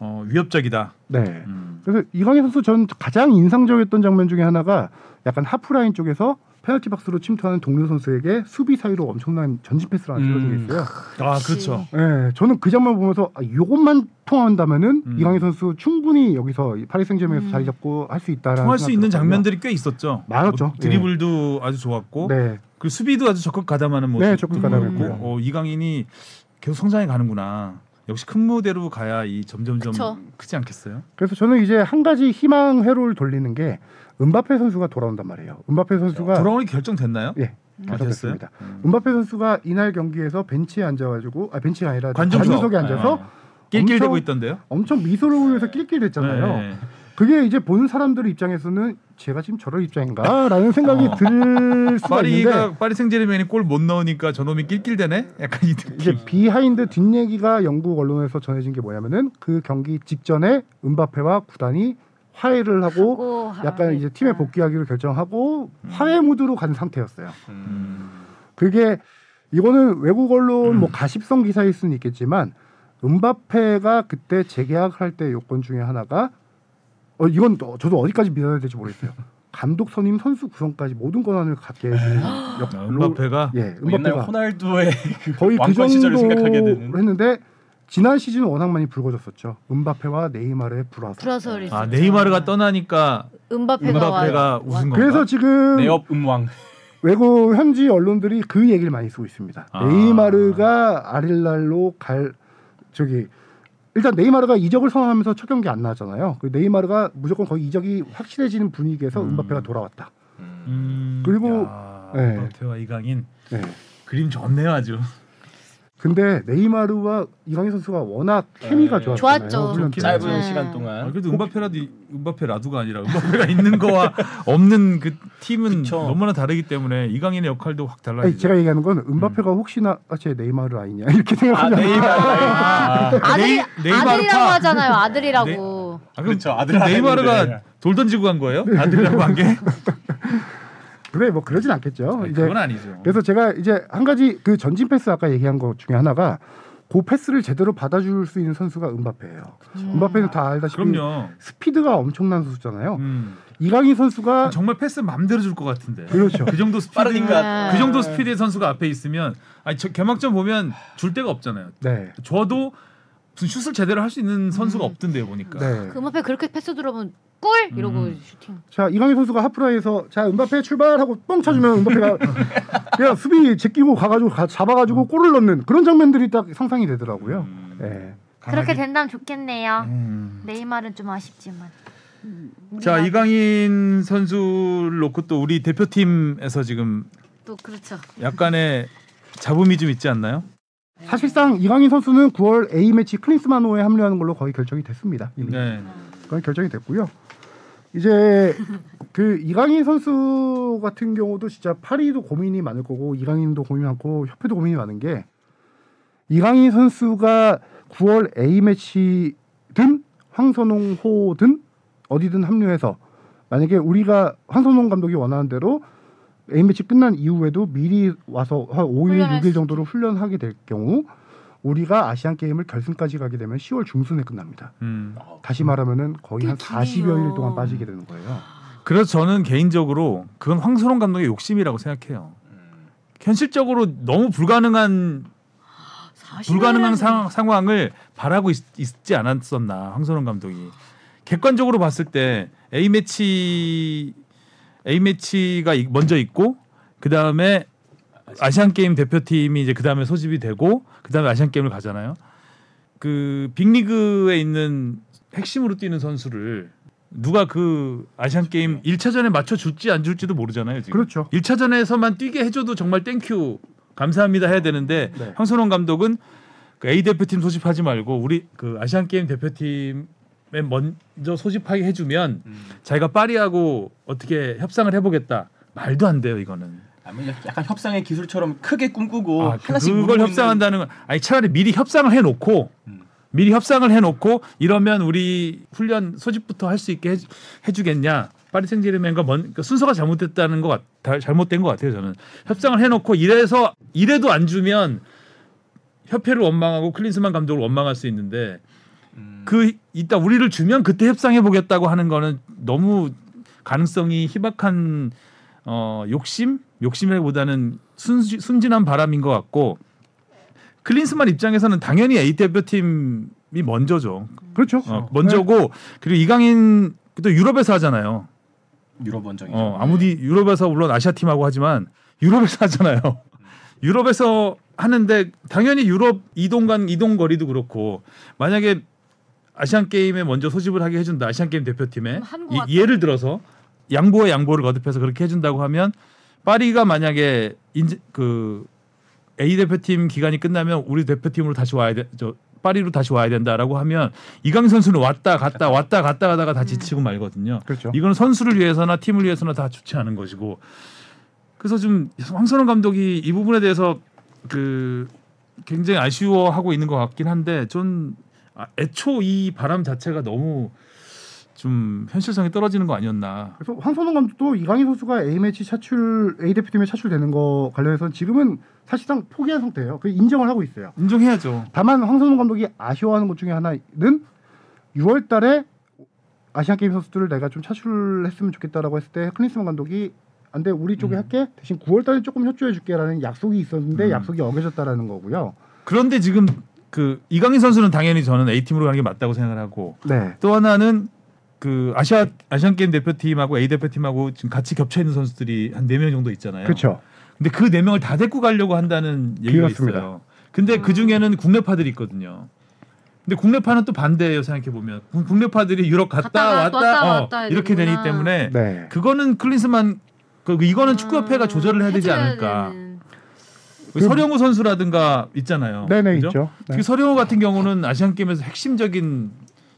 어, 위협적이다.
네.
음.
그래서 이강인 선수 전 가장 인상적이었던 장면 중에 하나가 약간 하프라인 쪽에서 페널티 박스로 침투하는 동료 선수에게 수비 사이로 엄청난 전진 패스를 하나 찔러준
음.
게 있어요.
아 그렇죠.
예, 저는 그 장면 보면서 아, 이것만 통한다면은
음.
이강인 선수 충분히 여기서 이 파리 생제맹에서
음.
자리 잡고 할 수 있다라는
통할 수 있는
생각이 들었거든요.
장면들이 꽤 있었죠.
많았죠.
뭐 드리블도 아주 좋았고
네,
그 수비도 아주 적극 가담하는 모습.
네, 적극 가담했고요.
어, 이강인이 계속 성장해 가는구나. 역시 큰 무대로 가야 이 점점점
그쵸.
크지 않겠어요?
그래서 저는 이제 한 가지 희망 회로를 돌리는 게 은바페 선수가 돌아온단 말이에요. 은바페 선수가
그렇죠. 돌아오는 게 결정됐나요?
예,
아, 됐어요.
결정됐습니다. 은바페 선수가 이날 경기에서 벤치에 앉아가지고 아 벤치가 아니라
관중석.
관중석에 앉아서
네, 네. 낄낄대고
엄청-
있던데요.
엄청 미소를 보면서 낄낄댔잖아요.
네.
그게 이제 보는 사람들 입장에서는 제가 지금 저럴 입장인가라는 생각이
어.
들 수가 있는데
파리가 파리 생제르맹이 골 못 넣으니까 저놈이 낄낄대네. 약간 이
이제
느낌.
비하인드 뒷얘기가 영국 언론에서 전해진 게 뭐냐면은 그 경기 직전에 은바페와 구단이 화해를 하고
고
아,
어,
약간 이제 팀에
네.
복귀하기로 결정하고
음.
화해 무드로 간 상태였어요. 음. 그게 이거는 외국 언론 뭐 가십성 기사일 수는 있겠지만 은바페가 그때 재계약할 때 요건 중에 하나가 어 이건 또 저도 어디까지 믿어야 될지 모르겠어요. 감독 선임 선수 구성까지 모든 권한을 갖게 해주는 역-
아, 은바페가
예,
네. 뭐 옛날
은바페가
호날두의 그
거의 그
왕권 시절을 생각하게 되는.
정도 했는데 지난 시즌 워낙 많이 불거졌었죠. 은바페와 네이마르의 불화설.
불화설이
아 네이마르가 떠나니까
은바페가,
은바페가
와-
우승 건가?
그래서 지금
내업 음왕.
외국 현지 언론들이 그 얘기를 많이 쓰고 있습니다.
아.
네이마르가 아릴랄로 갈 저기 일단 네이마르가 이적을 선언하면서 첫 경기 안 나왔잖아요. 그 네이마르가 무조건 거의 이적이 확실해지는 분위기에서
음.
음. 바페가 돌아왔다.
음,
그리고-
야,
네.
박태와 이강인
네.
그림 좋네요 아주.
근데 네이마르와 이강인 선수가 워낙 케미가
네.
좋았잖아요.
좋았죠.
훈련 때.
짧은
네.
시간 동안
아, 그래도 음바페라도 이- 음바페 라두가 아니라 음바페가 있는 거와 없는 그 팀은
그쵸.
너무나 다르기 때문에 이강인의 역할도 확
아니,
달라지죠.
제가 얘기하는 건 음바페가 혹시나 아, 제 네이마르 아니냐 이렇게
아,
생각하면
네이마르.
아,
아들이
네이- 네이마르
아들이라고
파.
하잖아요. 아들이라고.
아, 그럼
그렇죠. 아들
네이마르가
아들인데.
돌 던지고 간 거예요?
네.
아들이라고 한 게?
그래 뭐 그러진 않겠죠.
아니,
이제
그건 아니죠.
그래서 제가 이제 한 가지 그 전진 패스 아까 얘기한 것 중에 하나가 그 패스를 제대로 받아줄 수 있는 선수가 음바페예요. 음바페는 다 알다시피
그럼요.
스피드가 엄청난 선수잖아요.
음. 아,
이강인 선수가
정말 패스 맘대로 줄 것 같은데.
그렇죠.
그 정도
빠른
스피드.
인간.
네.
그 정도 스피드의 선수가 앞에 있으면 아니 저 개막전 보면 줄 데가 없잖아요.
네.
저도 무슨 슛을 제대로 할 수 있는 선수가
음.
없던데요 보니까.
네.
그 음바페 그렇게 패스 들어오면 꿀 이러고
음.
슈팅.
자 이강인 선수가 하프라이에서 자 음바페 출발하고 뻥 쳐주면 음바페가 그냥 수비 제끼고 가가지고 가- 잡아가지고 골을 넣는 그런 장면들이 딱 상상이 되더라고요.
음.
네.
그렇게 된다면 좋겠네요.
음.
네이마르는 좀 아쉽지만. 음,
자
우리가
이강인 선수를 놓고 또 우리 대표팀에서 지금
또 그렇죠.
약간의 잡음이 좀 있지 않나요?
사실상 이강인 선수는 9월 A 매치 클린스만호에 합류하는 걸로 거의 결정이 됐습니다. 이미.
네.
그건 결정이 됐고요. 이제 그 이강인 선수 같은 경우도 진짜 파리도 고민이 많을 거고 이강인도 고민이 많고 협회도 고민이 많은 게 이강인 선수가 9월 A 매치든 황선홍호든 어디든 합류해서 만약에 우리가 황선홍 감독이 원하는 대로 A 매치 끝난 이후에도 미리 와서 한 5일
훈련할
6일 정도로 훈련하게 될 경우 우리가 아시안 게임을 결승까지 가게 되면 10월 중순에 끝납니다.
음. 아.
다시 말하면은 거의 한
되게 기네요.
40여일 동안 빠지게 되는 거예요.
그래서 저는 개인적으로 그건 황선홍 감독의 욕심이라고 생각해요. 현실적으로 너무 불가능한 불가능한 상, 상황을 바라고 있, 지 않았었나 황선홍 감독이 객관적으로 봤을 때 A 매치 A 매치가 이- 먼저 있고 그 다음에 아시안 게임 대표팀이 이제 그 다음에 소집이 되고 그 다음에 아시안 게임을 가잖아요. 그 빅리그에 있는 핵심으로 뛰는 선수를 누가 그 아시안 게임 1차전에 맞춰 줄지 안 줄지도 모르잖아요. 지금.
그렇죠.
1차전에서만 뛰게 해줘도 정말 땡큐 감사합니다 해야 되는데
네.
황선홍 감독은 그 A 대표팀 소집하지 말고 우리 그 아시안 게임 대표팀에 먼저 소집하게 해주면
음.
자기가 파리하고 어떻게 협상을 해보겠다 말도 안 돼요 이거는
아마 뭐 약간 협상의 기술처럼 크게 꿈꾸고
아,
하나씩
그걸
누르고
협상한다는 건 아니 차라리 미리 협상을 해놓고
음.
미리 협상을 해놓고 이러면 우리 훈련 소집부터 할 수 있게 해, 주겠냐 파리 생제르맹과 먼 그러니까 순서가 잘못됐다는 것 같- 다- 잘못된 것 같아요 저는 협상을 해놓고 이래서 이래도 안 주면 협회를 원망하고 클린스만 감독을 원망할 수 있는데
있는, 음,
그 이따 우리를 주면 그때 협상해 보겠다고 하는 거는 너무 가능성이 희박한 어, 욕심 욕심이라기보다는 순, 순진한 바람인 것 같고 클린스만 입장에서는 당연히 A 대표팀이 먼저죠.
그렇죠.
어, 먼저고 그리고 이강인 또 유럽에서 하잖아요.
유럽 원정이죠. 네.
어, 아무리 유럽에서 물론 아시아 팀하고 하지만 유럽에서 하잖아요. 유럽에서 하는데 당연히 유럽 이동간 이동 거리도 그렇고 만약에 아시안 게임에 먼저 소집을 하게 해준다 아시안 게임 대표팀에
음, 한국
이-
같다.
예를 들어서 양보에 양보를 거듭해서 그렇게 해준다고 하면 파리가 만약에 인제, 그 A 대표팀 기간이 끝나면 우리 대표팀으로 다시 와야 돼. 저 파리로 다시 와야 된다라고 하면 이강 선수는 왔다 갔다 왔다 갔다 하다가
음.
다 지치고 말거든요.
그렇죠.
이건 선수를 위해서나 팀을 위해서나 다 좋지 않은 것이고 그래서 좀 황선홍 감독이 이 부분에 대해서 그 굉장히 아쉬워하고 있는 것 같긴 한데 전 아, 애초 이 바람 자체가 너무 좀 현실성이 떨어지는 거 아니었나
그래서 황선홍 감독도 이강인 선수가 A 매치 차출 A 대표팀에 차출되는 거 관련해서 지금은 사실상 포기한 상태예요. 그 인정을 하고 있어요.
인정해야죠.
다만 황선홍 감독이 아쉬워하는 것 중에 하나는 6월달에 아시안 게임 선수들을 내가 좀 차출했으면 좋겠다라고 했을 때 클린스만 감독이 안돼 우리 쪽에 할게 대신 9월달에 조금 협조해줄게라는 약속이 있었는데
음.
약속이 어겨졌다라는 거고요.
그런데 지금 그 이강인 선수는 당연히 저는 A 팀으로 가는 게 맞다고 생각을 하고
네.
또 하나는 그 아시아 아시안 게임 대표팀하고 A 대표팀하고 지금 같이 겹쳐 있는 선수들이 한 네 명 정도 있잖아요.
그렇죠.
근데 그 네 명을 다 데리고 가려고 한다는 얘기가
음.
그렇습니다.
있어요. 근데 그 중에는 국내파들이 있거든요. 근데 국내파는 또 반대예요 생각해 보면 국내파들이 유럽 갔다,
갔다
왔다,
왔다
어,
왔다 해야
이렇게 되기
되는구나. 아,
때문에
네.
그거는 클린스만 그 이거는 축구협회가 조절을 해야 되지
음, 해줘야
않을까.
되는.
그 서령우 선수라든가 있잖아요.
네네
그죠?
있죠. 네.
특히 서령우 같은 경우는 아시안 게임에서 핵심적인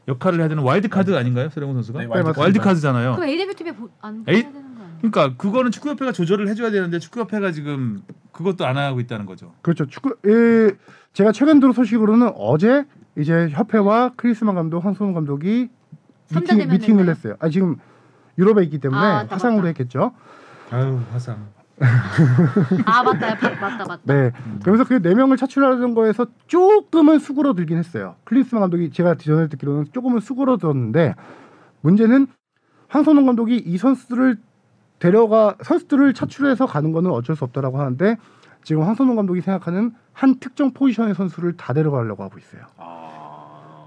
역할을 해야 되는 와일드 카드 아닌가요, 서령우 선수가?
네,
와일드
와일드 카드잖아요.
그럼 A 대표 팀에 보- 안
에이?
보내야 되는 거 아니야?
그러니까 그거는 축구협회가 조절을 해줘야 되는데 축구협회가 지금 그것도 안 하고 있다는 거죠.
그렇죠. 축구 예, 제가 최근 들어 소식으로는 어제 이제 협회와 크리스만 감독, 황선우 감독이
삼자
미팅,
대면
미팅을
됐나요?
했어요. 아 지금 유럽에 있기 때문에
아, 맞다,
화상으로
맞다.
했겠죠.
아유 화상.
아 맞다 바- 맞다 맞다.
네. 그러면서 그 네 명을 차출하는 거에서 조금은 수그러들긴 했어요. 클린스만 감독이 제가 전에 듣기로는 조금은 수그러들었는데 문제는 황선홍 감독이 이 선수들을 데려가 선수들을 차출해서 가는 거는 어쩔 수 없다라고 하는데 지금 황선홍 감독이 생각하는 한 특정 포지션의 선수를 다 데려가려고 하고 있어요.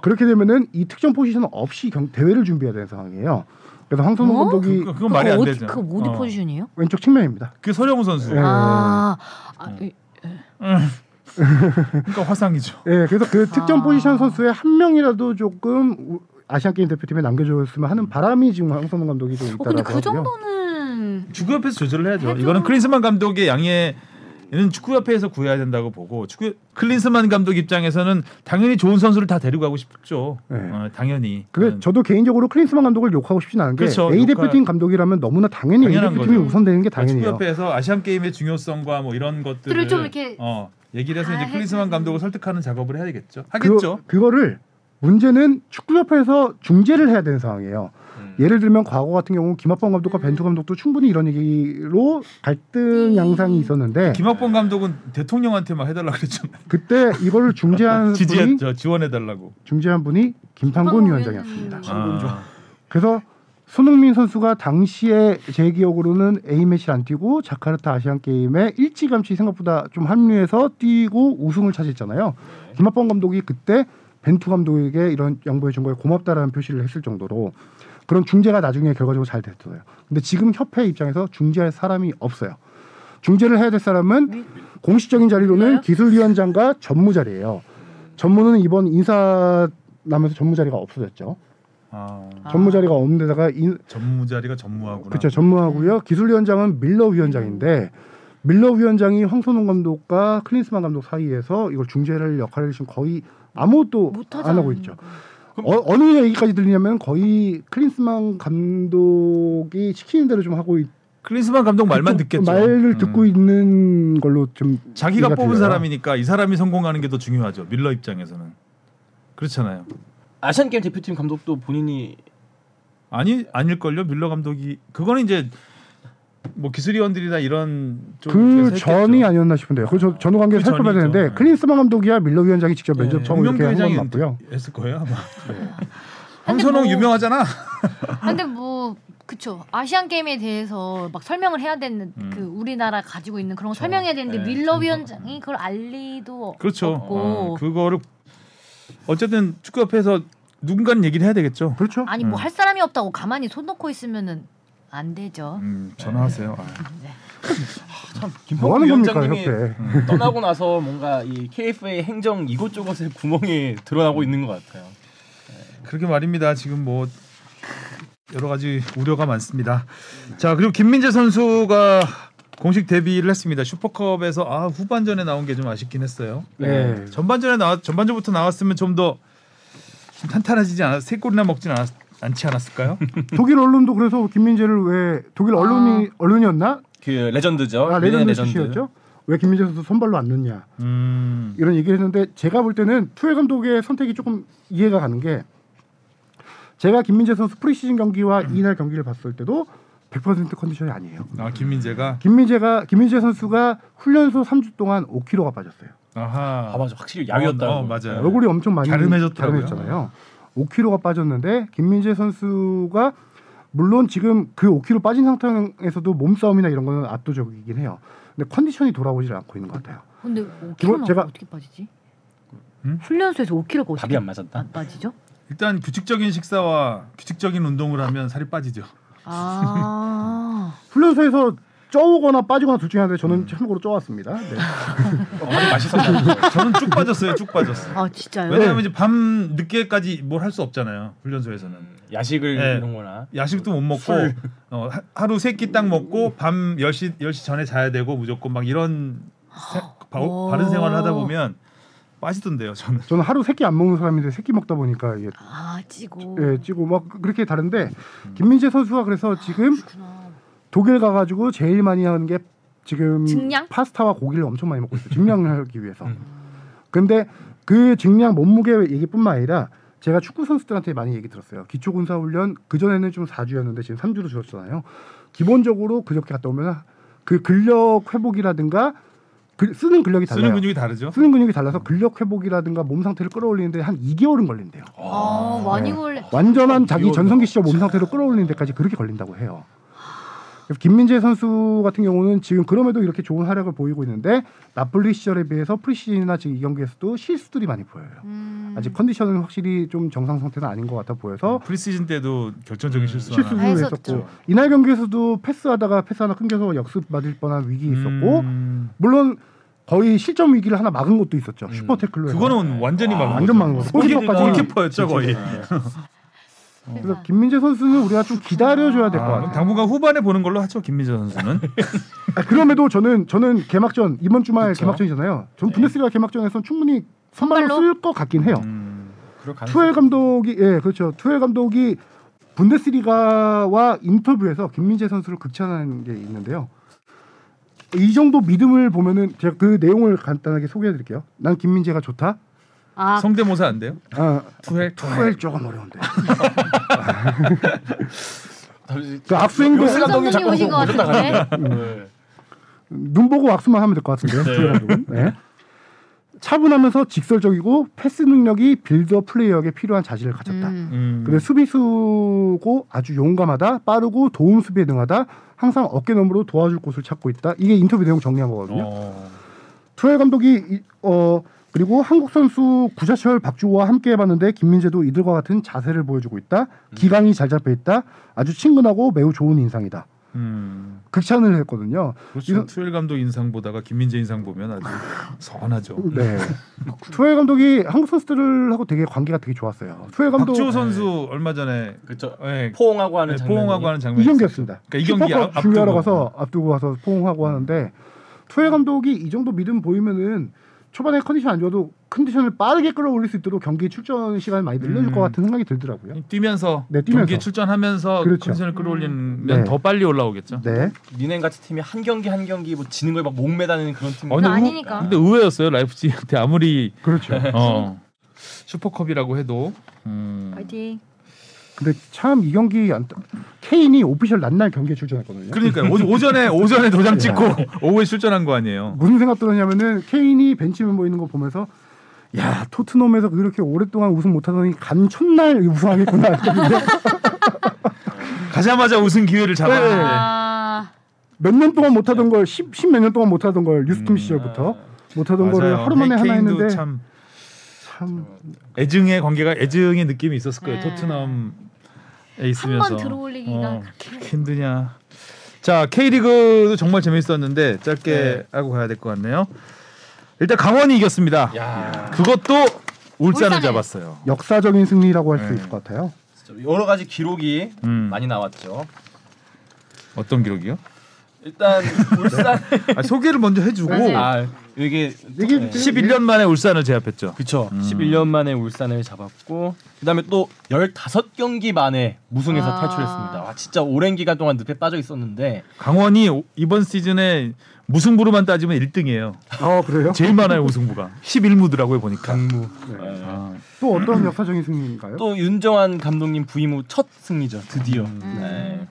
그렇게 되면은 이 특정 포지션 없이 경- 대회를 준비해야 되는 상황이에요. 그래서 황선홍
어?
감독이
그, 그건 말이 안
어디-
되죠.
그 어디
어.
포지션이에요?
왼쪽 측면입니다.
그게 서령우 선수.
예.
아,
음,
아 이-
그러니까 화상이죠.
예, 그래서 그 특정
아.
포지션 선수의 한 명이라도 조금 아시안 게임 대표팀에 남겨줬으면 하는 바람이 지금 황선홍 감독이 좀
어,
있다라고
근데 그
하고요.
정도는
축구협회에서 조절을 해야죠.
해줘.
이거는 클린스만 감독의 양해는 축구협회에서 구해야 된다고 보고 축구 클린스만 감독 입장에서는 당연히 좋은 선수를 다 데리고 가고 싶죠.
네.
어, 당연히.
그게
음.
저도 개인적으로 클린스만 감독을 욕하고 싶진 않은 게
그렇죠,
A
욕할-
대표팀 감독이라면 너무나 당연히 A
당연한
대표팀이
거죠.
우선되는 게
그러니까
당연해요.
축구협회에서 아시안 게임의 중요성과 뭐 이런 것들을
들을 좀 이렇게
어, 얘기를 해서
다
이제
해주는-
클린스만 감독을 설득하는 작업을 해야겠죠. 하겠죠.
그, 그거를 문제는 축구협회에서 중재를 해야 되는 상황이에요.
음.
음.
예를 들면 과거 같은 경우 김학범
음.
감독과 벤투 감독도 충분히 이런 얘기로 갈등 양상이 있었는데
김학범 감독은 대통령한테 막 해달라 그랬잖아요.
그때 이거를 중재한
그
분이
지지했죠. 지원해달라고. 아.
중재한 분이 김판곤
김판곤
위원장이었습니다.
친구죠.
그래서 손흥민 선수가 당시에 제 기억으로는 A매치를 안 뛰고 자카르타 아시안 게임에 일찌감치 생각보다 좀 합류해서 뛰고 우승을 차지했잖아요. 김학범 감독이 그때 벤투 감독에게 이런 양보해 준 거에 고맙다라는 표시를 했을 정도로 그런 중재가 나중에 결과적으로 잘 됐어요. 근데 지금 협회 입장에서 중재할 사람이 없어요. 중재를 해야 될 사람은 공식적인
몰라요?
자리로는 기술위원장과 전무자리예요. 전무는 이번 인사 나면서 전무자리가 없어졌죠.
아,
아.
전무자리가 없는 데다가 인,
전무 자리가 전무하구나.
그렇죠 전무하고요 기술위원장은 밀러 위원장인데 밀러 위원장이 황선홍 감독과 클린스만 감독 사이에서 이걸 중재를 역할을 지금 거의 아무것도
못하지
안 하고
않는
있죠
거.
어, 어느 얘기까지 들리냐면 거의 클린스만 감독이 시키는 대로 좀 하고 있,
클린스만 감독 말만
좀-
듣겠죠.
말을
음.
듣고 있는 걸로 좀
자기가
얘기가
뽑은
들려요.
사람이니까 이 사람이 성공하는 게 더 중요하죠. 밀러 입장에서는 그렇잖아요.
아시안 게임 대표팀 감독도 본인이
아니 아닐걸요. 밀러 감독이 그거는 이제 뭐 기술위원들이나 이런 쪽에서
그
했겠죠.
전이 아니었나 싶은데요. 그 저- 전후 관계
그
살펴봐야
전이죠.
되는데
네.
클린스만 감독이야 밀러 위원장이 직접
예,
면접하고
정명규
이렇게 한건
회장이
맞고요. 네.
했을 거예요 아마. 네.
근데
황선홍
뭐-
유명하잖아.
근데 뭐 그쵸 아시안 게임에 대해서 막 설명을 해야 되는
음.
그 우리나 가지고 있는 그런 거
그쵸.
설명해야 되는데
네,
밀러
정말.
위원장이 그걸 알리도
그렇죠.
없고
어, 그거를 어쨌든 축구협회에서 누군가는 얘기를 해야 되겠죠.
그렇죠.
아니
음.
뭐 할 사람이 없다고 가만히 손 놓고 있으면은 안 되죠.
음, 전화하세요. 아.
참
뭐
김범
하는 겁니까
위원장님이
협회?
떠나고 나서 뭔가 이 KFA 행정 이곳저곳에 구멍이 드러나고 있는 것 같아요.
그렇게 말입니다. 지금 뭐 여러 가지 우려가 많습니다. 자 그리고 김민재 선수가 공식 데뷔를 했습니다. 슈퍼컵에서 아 후반전에 나온 게 좀 아쉽긴 했어요.
네.
전반전에 나왔 전반전부터 나왔으면 좀 더 탄탄해지지 않았 세 골이나 먹진 않았, 않지 않았을까요?
독일 언론도 그래서 김민재를 왜 독일 언론이 언론이었나?
그 레전드죠.
아,
미네
레전드 출신이었죠. 왜 김민재 선수 선발로 안 넣냐
음,
이런 얘기를 했는데 제가 볼 때는 투엘 감독의 선택이 조금 이해가 가는 게 제가 김민재 선수 프리시즌 경기와 이날 경기를 봤을 때도 100% 컨디션이 아니에요.
아 김민재가
김민재가 김민재 선수가 훈련소 3주 동안 5kg가 빠졌어요.
아하
아 맞아 확실히 야위였다.
어, 어, 맞아요.
얼굴이 엄청 많이
갸름해졌더라고요.
갸름해졌잖아요. 5kg가 빠졌는데 김민재 선수가 물론 지금 그 5kg 빠진 상태에서도 몸싸움이나 이런 거는 압도적이긴 해요. 근데 컨디션이 돌아오질 않고 있는 것 같아요.
근데 5kg
기본- 제가-
어떻게 빠지지?
음?
훈련소에서 5kg가 어떻게
밥이 안 맞았다.
안 빠지죠?
일단 규칙적인 식사와 규칙적인 운동을 하면 살이 빠지죠.
아.
훈련소에서 쪄오거나 빠지거나 둘 중에 하나인데 저는
음.
참고로 쪄왔습니다. 네.
아주 어, 맛있었어요. 저는 쭉 빠졌어요. 쭉 빠졌어요.
아 진짜요?
왜냐하면 이제 밤 늦게까지 뭘 할 수 없잖아요. 훈련소에서는
야식을
네.
이런거나
야식도 못 먹고 어, 하- 하루 세 끼 딱 먹고 밤 10시 10시 전에 자야 되고 무조건 막 이런 세- 바,
오.
바른 생활을 하다 보면 빠지던데요. 저는
저는 하루 세 끼 안 먹는 사람인데 세 끼 먹다 보니까 이게
아 찌고.
예, 찌고 막 그렇게 다른데
음.
김민재 선수가 그래서 지금
그렇구나.
독일 가가지고 제일 많이 하는 게 지금
증량? 음.
파스타와 고기를 엄청 많이 먹고 있어요. 증량하기 위해서. 근데 그 증량 몸무게 얘기뿐만 아니라 제가 축구 선수들한테 많이 얘기 들었어요. 기초 군사 훈련 그 전에는 좀 4주였는데 지금 3주로 줄었잖아요. 기본적으로 그저께 갔다 오면 그 근력 회복이라든가 그 쓰는 근력이 달라요.
쓰는 근육이 다르죠.
쓰는 근육이 달라서 근력 회복이라든가 몸 상태를 끌어올리는데 한 2개월은 걸린대요.
아 많이
네.
걸려.
아,
완전한 자기
이거
전성기 시절 몸 상태로 끌어올리는 데까지 그렇게 걸린다고 해요. 그래서 김민재 선수 같은 경우는 지금 그럼에도 이렇게 좋은 활약을 보이고 있는데 나폴리 시절에 비해서 프리시즌이나 지금 이 경기에서도 실수들이 많이 보여요.
음.
아직 컨디션은 확실히 좀 정상 상태는 아닌 것 같아 보여서
어? 프리시즌 때도 결정적인
음.
실수
실수도
하나
아, 했었죠.
했었고 이날 경기에서도 패스하다가 패스 하나 끊겨서 역습 맞을 뻔한 위기 있었고
음.
물론 거의 실점 위기를 하나 막은 것도 있었죠. 슈퍼 태클로
음. 그거는 완전히 막
완전 막은 거죠. 골키퍼까지
골키퍼였죠 거의.
네.
그래서 김민재 선수는 우리가 좀 기다려줘야 될 것
아,
같아요.
당분간 후반에 보는 걸로 하죠 김민재 선수는.
아, 그럼에도 저는 저는 개막전 이번 주말 개막전이잖아요. 전
네.
분데스리가 개막전에서는 충분히 선발로
선발로?
쓸 것 같긴 해요.
음.
그럴
투엘
가능성이
감독이 예 그렇죠. 투엘 감독이 분데스리가와 인터뷰에서 김민재 선수를 극찬하는 게 있는데요. 이 정도 믿음을 보면은 제가 그 내용을 간단하게 소개해드릴게요. 난 김민재가 좋다.
아
성대모사 안 돼요?
아,
투엘
네.
투엘 조금 어려운데.
다르지.
그 악수행동
요새 감독이
선생님
자꾸
오신 것
네. 오셨다
같은데?
가는데. 네.
눈 보고 악수만 하면 될 것 같은데요. 투엘 감독은. 네. 차분하면서 직설적이고 패스 능력이 빌더 플레이어에게 필요한 자질을 가졌다.
음.
음.
근데 수비수고 아주 용감하다, 빠르고 도움 수비에 능하다, 항상 어깨 너머로 도와줄 곳을 찾고 있다. 이게 인터뷰 내용 정리한 거거든요.
어.
투엘 감독이 이- 어 그리고 한국 선수 구자철, 박주호와 함께 해봤는데 김민재도 이들과 같은 자세를 보여주고 있다. 기강이 잘 잡혀 있다. 아주 친근하고 매우 좋은 인상이다.
음.
극찬을 했거든요.
그렇죠.
이런-
투엘 감독 인상 보다가 김민재 인상 보면 아주 서운하죠.
네. 투엘 감독이 한국 선수들하고 되게 관계가 되게 좋았어요. 투엘 감독 네.
박주호 선수 얼마 전에
그쵸.
예,
포옹하고 하는
네,
장면.
포옹하고 하는 장면
이 경기였습니다.
그러니까 이 경기
슈퍼컵
앞- 앞두고.
준비하러
음.
가서 앞두고 가서 포옹하고 하는데 투엘 감독이 이 정도 믿음 보이면은 초반에 컨디션 안 좋아도 컨디션을 빠르게 끌어올릴 수 있도록 경기 출전 시간을 많이 늘려줄
음.
것 같은 생각이 들더라고요.
뛰면서,
네, 뛰면서.
경기 출전하면서
그렇죠.
컨디션을 끌어올리면
네.
더 빨리 올라오겠죠.
네.
니네 같이 팀이 한 경기 한 경기 뭐 지는 걸 막 목매다는 그런 팀.
어, 근데 우-
아니니까.
근데 의외였어요. 라이프치한테 아무리
그렇죠.
어, 슈퍼컵이라고 해도 음.
파이팅.
근데 참 이 경기 안 따- 케인이 오피셜 난날 경기에 출전했거든요.
그러니까 오전에 오전에 도장 찍고
네.
오후에 출전한 거 아니에요.
무슨 생각 들었냐면은 케인이 벤치에 모이는 거 보면서 야 토트넘에서 그렇게 오랫동안 우승 못하더니 간 첫날 우승하겠구나.
가자마자 우승 기회를
네.
네. 잡았는데
아
몇 년 동안 못하던 걸 십 몇 년 동안 못하던 걸 뉴스팀 시절부터 못하던 거를 하루 만에 하나
음. 네, 헤이케인도
했는데 참,
참 애증의 관계가 애증의 느낌이 있었을 거예요.
네.
토트넘에
한
있으면서
번 들어올리기가
어,
그렇게.
힘드냐. 자 K리그도 정말 재밌었는데 짧게
네.
하고 가야 될 것 같네요. 일단 강원이 이겼습니다.
야.
그것도 울산을
울산을.
잡았어요.
역사적인 승리라고 할 수
네.
있을 것 같아요.
진짜 여러 가지 기록이
음.
많이 나왔죠.
어떤 기록이요?
일단 울산
아, 소개를 먼저 해주고
맞아요.
아 이게
이게
네.
11년 만에 울산을 제압했죠.
그쵸. 11년 만에 울산을 잡았고 그다음에 또 15경기 만에 무승에서
아.
탈출했습니다. 와 진짜 오랜 기간 동안 늪에 빠져 있었는데
강원이 오- 이번 시즌에 무승부로만 따지면 1등이에요.
아 그래요?
제일 많아요 무승부가. 11무더라고요 보니까.
네.
아,
또 어떤 역사적인 승리인가요?
또 윤정환 감독님 부임 후 첫 승리죠. 드디어.
음.
네.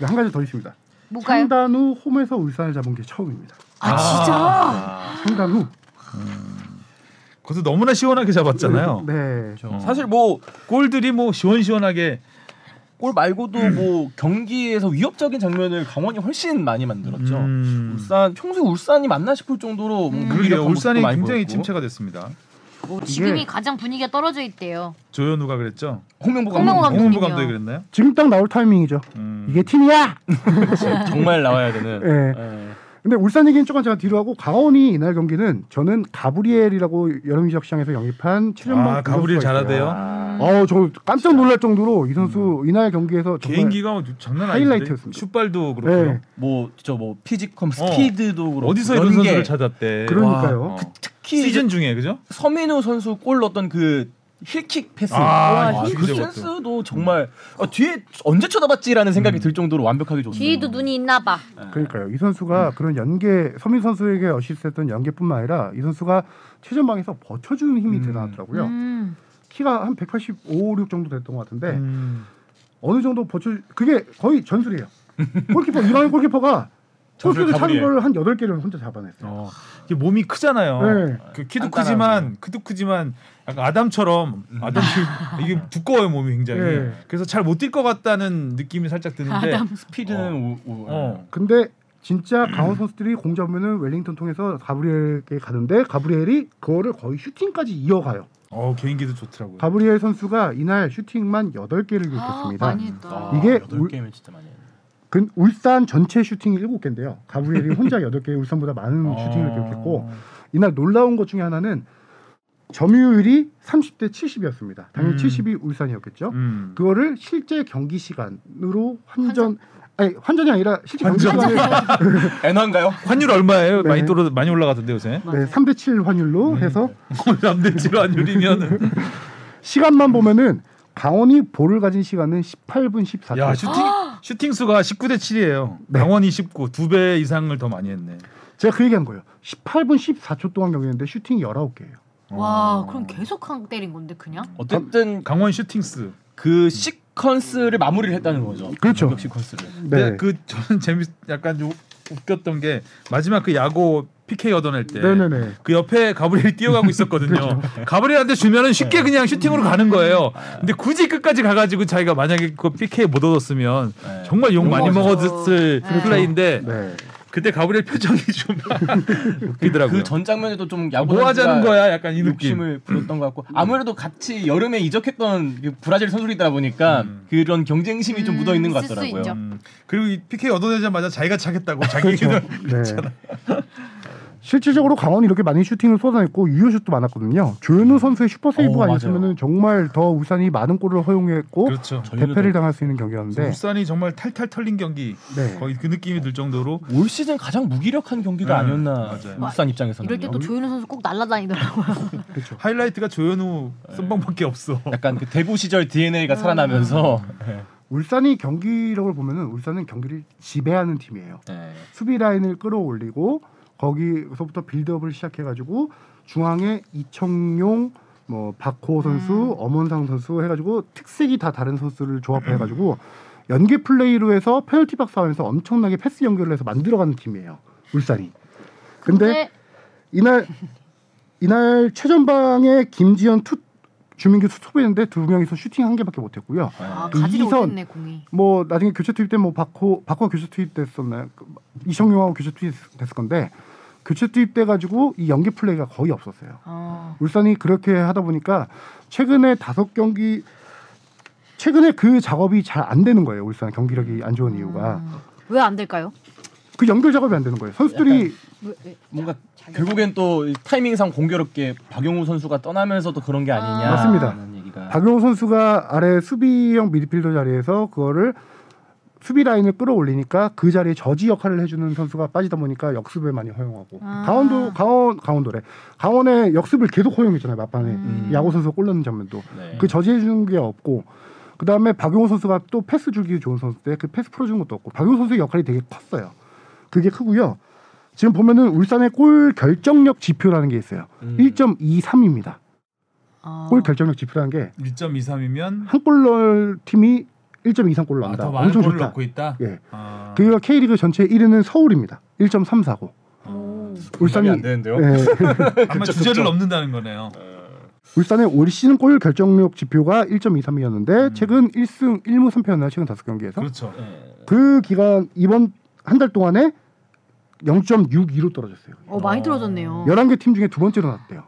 네, 한 가지 더 있습니다.
뭐가요?
상단 후 홈에서 울산을 잡은 게 처음입니다.
아 진짜.
상단 후
그것도 너무나 시원하게 잡았잖아요.
네.
그렇죠.
어.
사실 뭐 골
골들이 뭐 시원시원하게
말고도 뭐 경기에서 위협적인 장면을 강원이 훨씬 많이
그렇죠.
만들었죠.
음.
울산 평소에 울산이 맞나 싶을 정도로
음.
뭐
그러게요.
유력한 모습도
울산이
많이
굉장히
보였고.
침체가 됐습니다.
오, 어, 지금이 가장 분위기가 떨어져 있대요.
조현우가 그랬죠.
홍명보
홍명보
감독
감독님이요.
홍문부 감독이 그랬나요?
지금 딱 나올 타이밍이죠.
음.
이게 팀이야.
정말 나와야 되는.
예.
예.
근데 울산 얘기는 조금 제가 뒤로 하고 강원이 이날 경기는 저는 가브리엘이라고 여름 이적 시장에서 영입한 7년만
아 가브리엘 잘하대요. 음.
아우 저 깜짝 놀랄 정도로 이 선수 이날 경기에서 정말
개인기가 뭐 장난 아닌데
하이라이트였습니다.
슛발도 그렇고요.
네.
뭐저 뭐 피지컬
어.
스피드도 그렇고
어디서 이런
연계.
선수를 찾았대.
그러니까요.
와, 어.
특히
시즌 중에 그죠?
서민우 선수 골 넣었던 그 힐킥 패스.
아,
와,
아,
힐킥
진짜
센스도 정말 아, 뒤에 언제 쳐다봤지라는
음.
생각이 들 정도로 완벽하게
음.
좋네요.
뒤에도 눈이 있나 봐.
어.
그러니까요. 이 선수가
음.
그런 연계 서민 선수에게 어시스트했던 연계뿐만 아니라 이 선수가 최전방에서 버텨주는 힘이
음.
대단하더라고요.
음.
키가 한 185, 6 정도 됐던 것 같은데
음.
어느 정도 버텨 그게 거의 전술이에요. 골키퍼 이란 골키퍼가
전술
골키를 차는
가브리엘.
걸 한 8개를 혼자 잡아냈어요.
어. 이게 몸이 크잖아요.
네. 음.
그
단단하죠.
키도 크지만 키도 크지만 약간 아담처럼 아담 그 이게 두꺼워요 몸이 굉장히.
네.
그래서 잘 못 뛸 것 같다는 느낌이 살짝 드는데.
스피드는 오, 오,
어.
근데 진짜 강원 선수들이 공 잡으면은 웰링턴 통해서 가브리엘에게 가는데 가브리엘이 그거를 거의 슈팅까지 이어가요.
어 개인기도 좋더라고요.
가브리엘 선수가 이날 슈팅만 8개를
아,
기록했습니다.
많이 했다.
아,
이게
여덟
울-
게임은 진짜 많이 했네.
근 울산 전체 슈팅이 7개인데요. 가브리엘이 혼자 8개 울산보다 많은
어.
슈팅을 기록했고 이날 놀라운 것 중에 하나는 점유율이 30대 70이었습니다. 당연히
음.
70이 울산이었겠죠.
음.
그거를 실제 경기 시간으로 환전 아니 환전이 아니라 실제 경기
환전.
시간을
엔화인가요?
환율 얼마예요?
네.
많이 떨어 많이 올라가던데 요새.
네, 3대 7 환율로
음.
해서
어, 남대지로 환율이면은
시간만 보면은 강원이 볼을 가진 시간은 18분 14초.
야 슈팅 슈팅 수가 19대 7이에요.
네.
강원이 19, 두 배 이상을 더 많이 했네.
제가 그 얘기한 거예요. 18분 14초 동안 경기했는데 슈팅이 19개예요.
와, 그럼 계속 한 때린 건데 그냥?
어쨌든
강원 슈팅스.
그 시퀀스를 마무리를 했다는 거죠.
그렇죠. 네.
공격 시퀀스를.
근데 그 저는 재밌 약간 좀 웃겼던 게 마지막 그 야구 PK 얻어낼 때.
네네네.
그 옆에 가브리엘이 뛰어가고 있었거든요. 가브리엘한테 주면은 쉽게 그냥 슈팅으로 가는 거예요. 근데 굳이 끝까지 가가지고 자기가 만약에 그 PK 못 얻었으면
네.
정말 욕 많이
욕
먹었죠.
먹었을
그렇죠.
플레이인데
네.
그때 가브리엘 표정이 좀 웃기더라고요.
그 전 장면에도 좀 야구
뭐 하자는
선수가
거야? 약간 이 느낌.
욕심을 부렸던 것 같고 아무래도 같이 여름에 이적했던 그 브라질 선수들이다 보니까 그런 경쟁심이 좀
음,
묻어 있는 것
있을 수
같더라고요.
있죠.
음, 그렇죠. 그리고 이 PK 얻어내자마자 자기가 차겠다고 자기 얘기를
네. 실질적으로 강원이 이렇게 많은 슈팅을 쏟아냈고 유효슛도 많았거든요. 조현우 선수의 슈퍼
어,
세이브가
맞아요.
아니었으면 정말 더 울산이 많은 골을 허용했고
그렇죠.
대패를 당할 수 있는
네.
경기였는데
울산이 정말 탈탈 털린 경기
네.
거의 그 느낌이 들 정도로
올 시즌 가장 무기력한 경기가
네,
아니었나
맞아요.
뭐,
울산 입장에서는
이럴 때 또 조윤우 선수 꼭 날라다니더라고요.
그렇죠.
하이라이트가 조현우 선방밖에 없어.
약간 그 대구 시절
음.
DNA가 살아나면서
울산이 경기력을 보면은 울산은 경기를 지배하는 팀이에요.
네.
수비 라인을 끌어올리고 거기서부터 빌드업을 시작해가지고 중앙에 이청용, 뭐 박호 선수, 엄원상 선수 해가지고 특색이 다 다른 선수를 조합해가지고 연계 플레이로 해서 페널티 박스 안에서 엄청나게 패스 연결을 해서 만들어가는 팀이에요. 울산이. 근데,
근데
이날 이날 최전방에 김지현 투 주민규 투톱했는데 두 명이서 슈팅 한 개밖에 못했고요.
아,
그
가지를
이선-
못했네 공이.
뭐 나중에 교체 투입된 뭐 박호 박호 교체 투입됐었나요? 그 이성용하고 교체 투입됐을 건데 교체 투입돼 가지고 이 연기 플레이가 거의 없었어요.
어.
울산이 그렇게 하다 보니까 최근에 다섯 경기 최근에 그 작업이 잘 안 되는 거예요. 울산 경기력이 안 좋은 그 이유가
음. 왜 안 될까요?
그 연결 작업이 안 되는 거예요. 선수들이
왜, 왜?
뭔가 결국엔 또 타이밍상 공교롭게 박용우 선수가 떠나면서도 그런 게 아니냐
아.
맞습니다.
라는 얘기가
박용호 선수가 아래 수비형 미드필더 자리에서 그거를 수비 라인을 끌어올리니까 그 자리에 저지 역할을 해주는 선수가 빠지다 보니까 역습을 많이 허용하고
아.
강원도 강원 강원도래 강원의 역습을 계속 허용했잖아요 막판에
음.
야구 선수 가골 넣는 장면도
네.
그 저지해 주는 게 없고 그 다음에 박용호 선수가 또 패스 줄기 좋은 선수인데 그 패스 풀어주는 것도 없고 박용호 선수의 역할이 되게 컸어요 그게 크고요 지금 보면은 울산의 골 결정력 지표라는 게 있어요
음.
1.23입니다
아.
골 결정력 지표라는 게
1.23이면
한 골 넣을 팀이 1.2 이상 골을
아,
넣는다.
더 많은
음. 엄청
골을
좋다.
넣고 있다.
예.
아.
그리고 K리그 전체 1위는 서울입니다. 1.34고.
공감이
울산이
안 되는데요.
예.
아마
그쵸,
주제를
그쵸.
넘는다는 거네요.
울산의 올 시즌 골 결정력 지표가 1.23이었는데 최근 1승 1무 3패였나요? 최근 5경기에서. 그,
음. 그렇죠.
네.
기간 이번 한 달 동안에 0.62로 떨어졌어요.
어 많이 떨어졌네요.
11개 팀 중에 두 번째로 낮대요.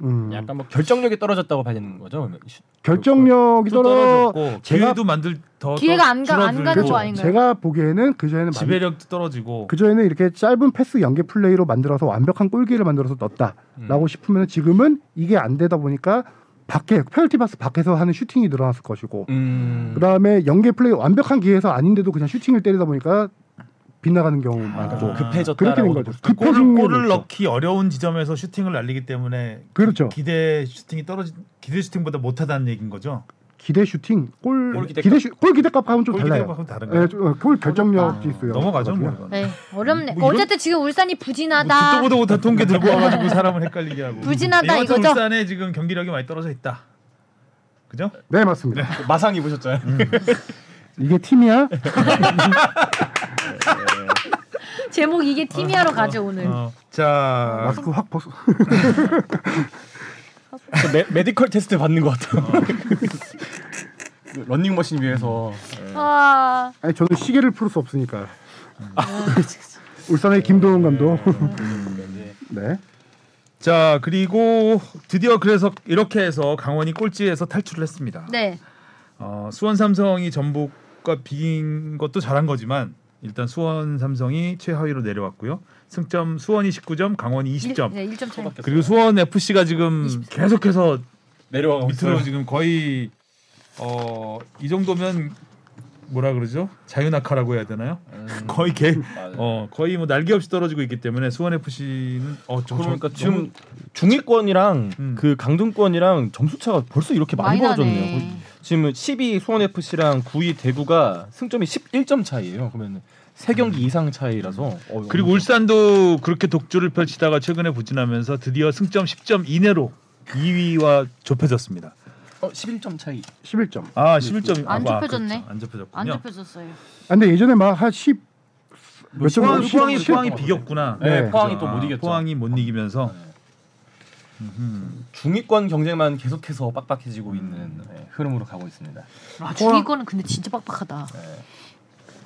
음.
약간 뭐 결정력이 떨어졌다고 봐는 거죠. 그러면?
결정력이
또
떨어
떨어졌고
제가-
기회도 만들 더
기회가
더
안 가- 안
줄어들고
가는 거 아닌가요?
그렇죠. 제가 보기에는 그 전에는
지배력도 떨어지고
그 전에는 이렇게 짧은 패스 연계 플레이로 만들어서 완벽한 골기를 만들어서 넣었다라고 싶으면 지금은 이게 안 되다 보니까 밖에 페널티 박스 밖에서 하는 슈팅이 늘어났을 것이고
음.
그다음에 연계 플레이 완벽한 기회에서 아닌데도 그냥 슈팅을 때리다 보니까 빗나가는 경우
아,
많고 아, 그렇게 된 거죠.
골을,
급해진
골을
거죠.
넣기 어려운 지점에서 슈팅을 날리기 때문에
그렇죠.
기대 슈팅이 떨어지 기대 슈팅보다 못하다는 얘기인 거죠.
기대 슈팅, 골,
골 기대값.
기대 슈, 골 기대값하고는 좀
골
달라요.
기대하고 다른
예,
거.
좀, 어, 골 결정력이 있어요.
넘어가죠. 뭐.
네, 어렵네.
뭐 이런- 뭐
어쨌든 지금 울산이
듣도
부진하다.
보도 못한 통계
네.
들고 와가지고 사람을 헷갈리게 하고.
부진하다
이번
이거죠?
울산에 지금 경기력이 많이 떨어져 있다. 그죠?
네 맞습니다.
마상 입으셨잖아요.
음.
이게 팀이야?
제목 이게 팀이야로 가죠 오늘.
어, 자,
마스크 확 벗어.
메, 메디컬 테스트 받는 것 같아요.
어.
그 런닝머신 위에서
아,
아니 저는 시계를 풀을 수 없으니까. 음. 울산의 김도훈 감독. 네.
자 그리고 드디어 그래서 이렇게 해서 강원이 꼴찌에서 탈출을 했습니다.
네.
어, 수원 삼성이 전북과 비긴 것도 잘한 거지만 일단 수원 삼성이 최하위로 내려왔고요. 승점 수원이 19점, 강원이 20점.
일, 네, 1점 차이.
그리고 수원 FC가 지금 계속해서
내려가고
밑으로
있어요.
지금 거의 어 이 정도면 뭐라 그러죠? 자유낙하라고 해야 되나요?
음.
거의 개, 어 거의 뭐 날개 없이 떨어지고 있기 때문에 수원 FC는 어 저,
그러니까
저,
지금
너무-
중위권이랑
음.
그 강등권이랑 점수 차가 벌써 이렇게 많이
많이 나네.
벌어졌네요. 지금 10위 수원 FC랑 9위 대구가 승점이 11점 차이예요. 그러면 세
음.
경기 이상 차이라서 어,
그리고
엄청-
울산도 그렇게 독주를 펼치다가 최근에 부진하면서 드디어 승점 10점 이내로 2위와 좁혀졌습니다.
어, 11점 차이.
11점. 아,
네,
아 11점
그
안 좁혀졌네.
안 좁혀졌군요.
안 좁혀졌어요.
근데 예전에 막 한 10. 몇 점?
포항,
넘-
포항이
10
포항이
것 같아요.
비겼구나.
네,
네.
포항이
그죠.
또
아,
못 이겼죠.
포항이 못 이기면서
중위권 경쟁만 계속해서 빡빡해지고 있는 예, 흐름으로 가고 있습니다.
아, 중위권은 근데 진짜 빡빡하다.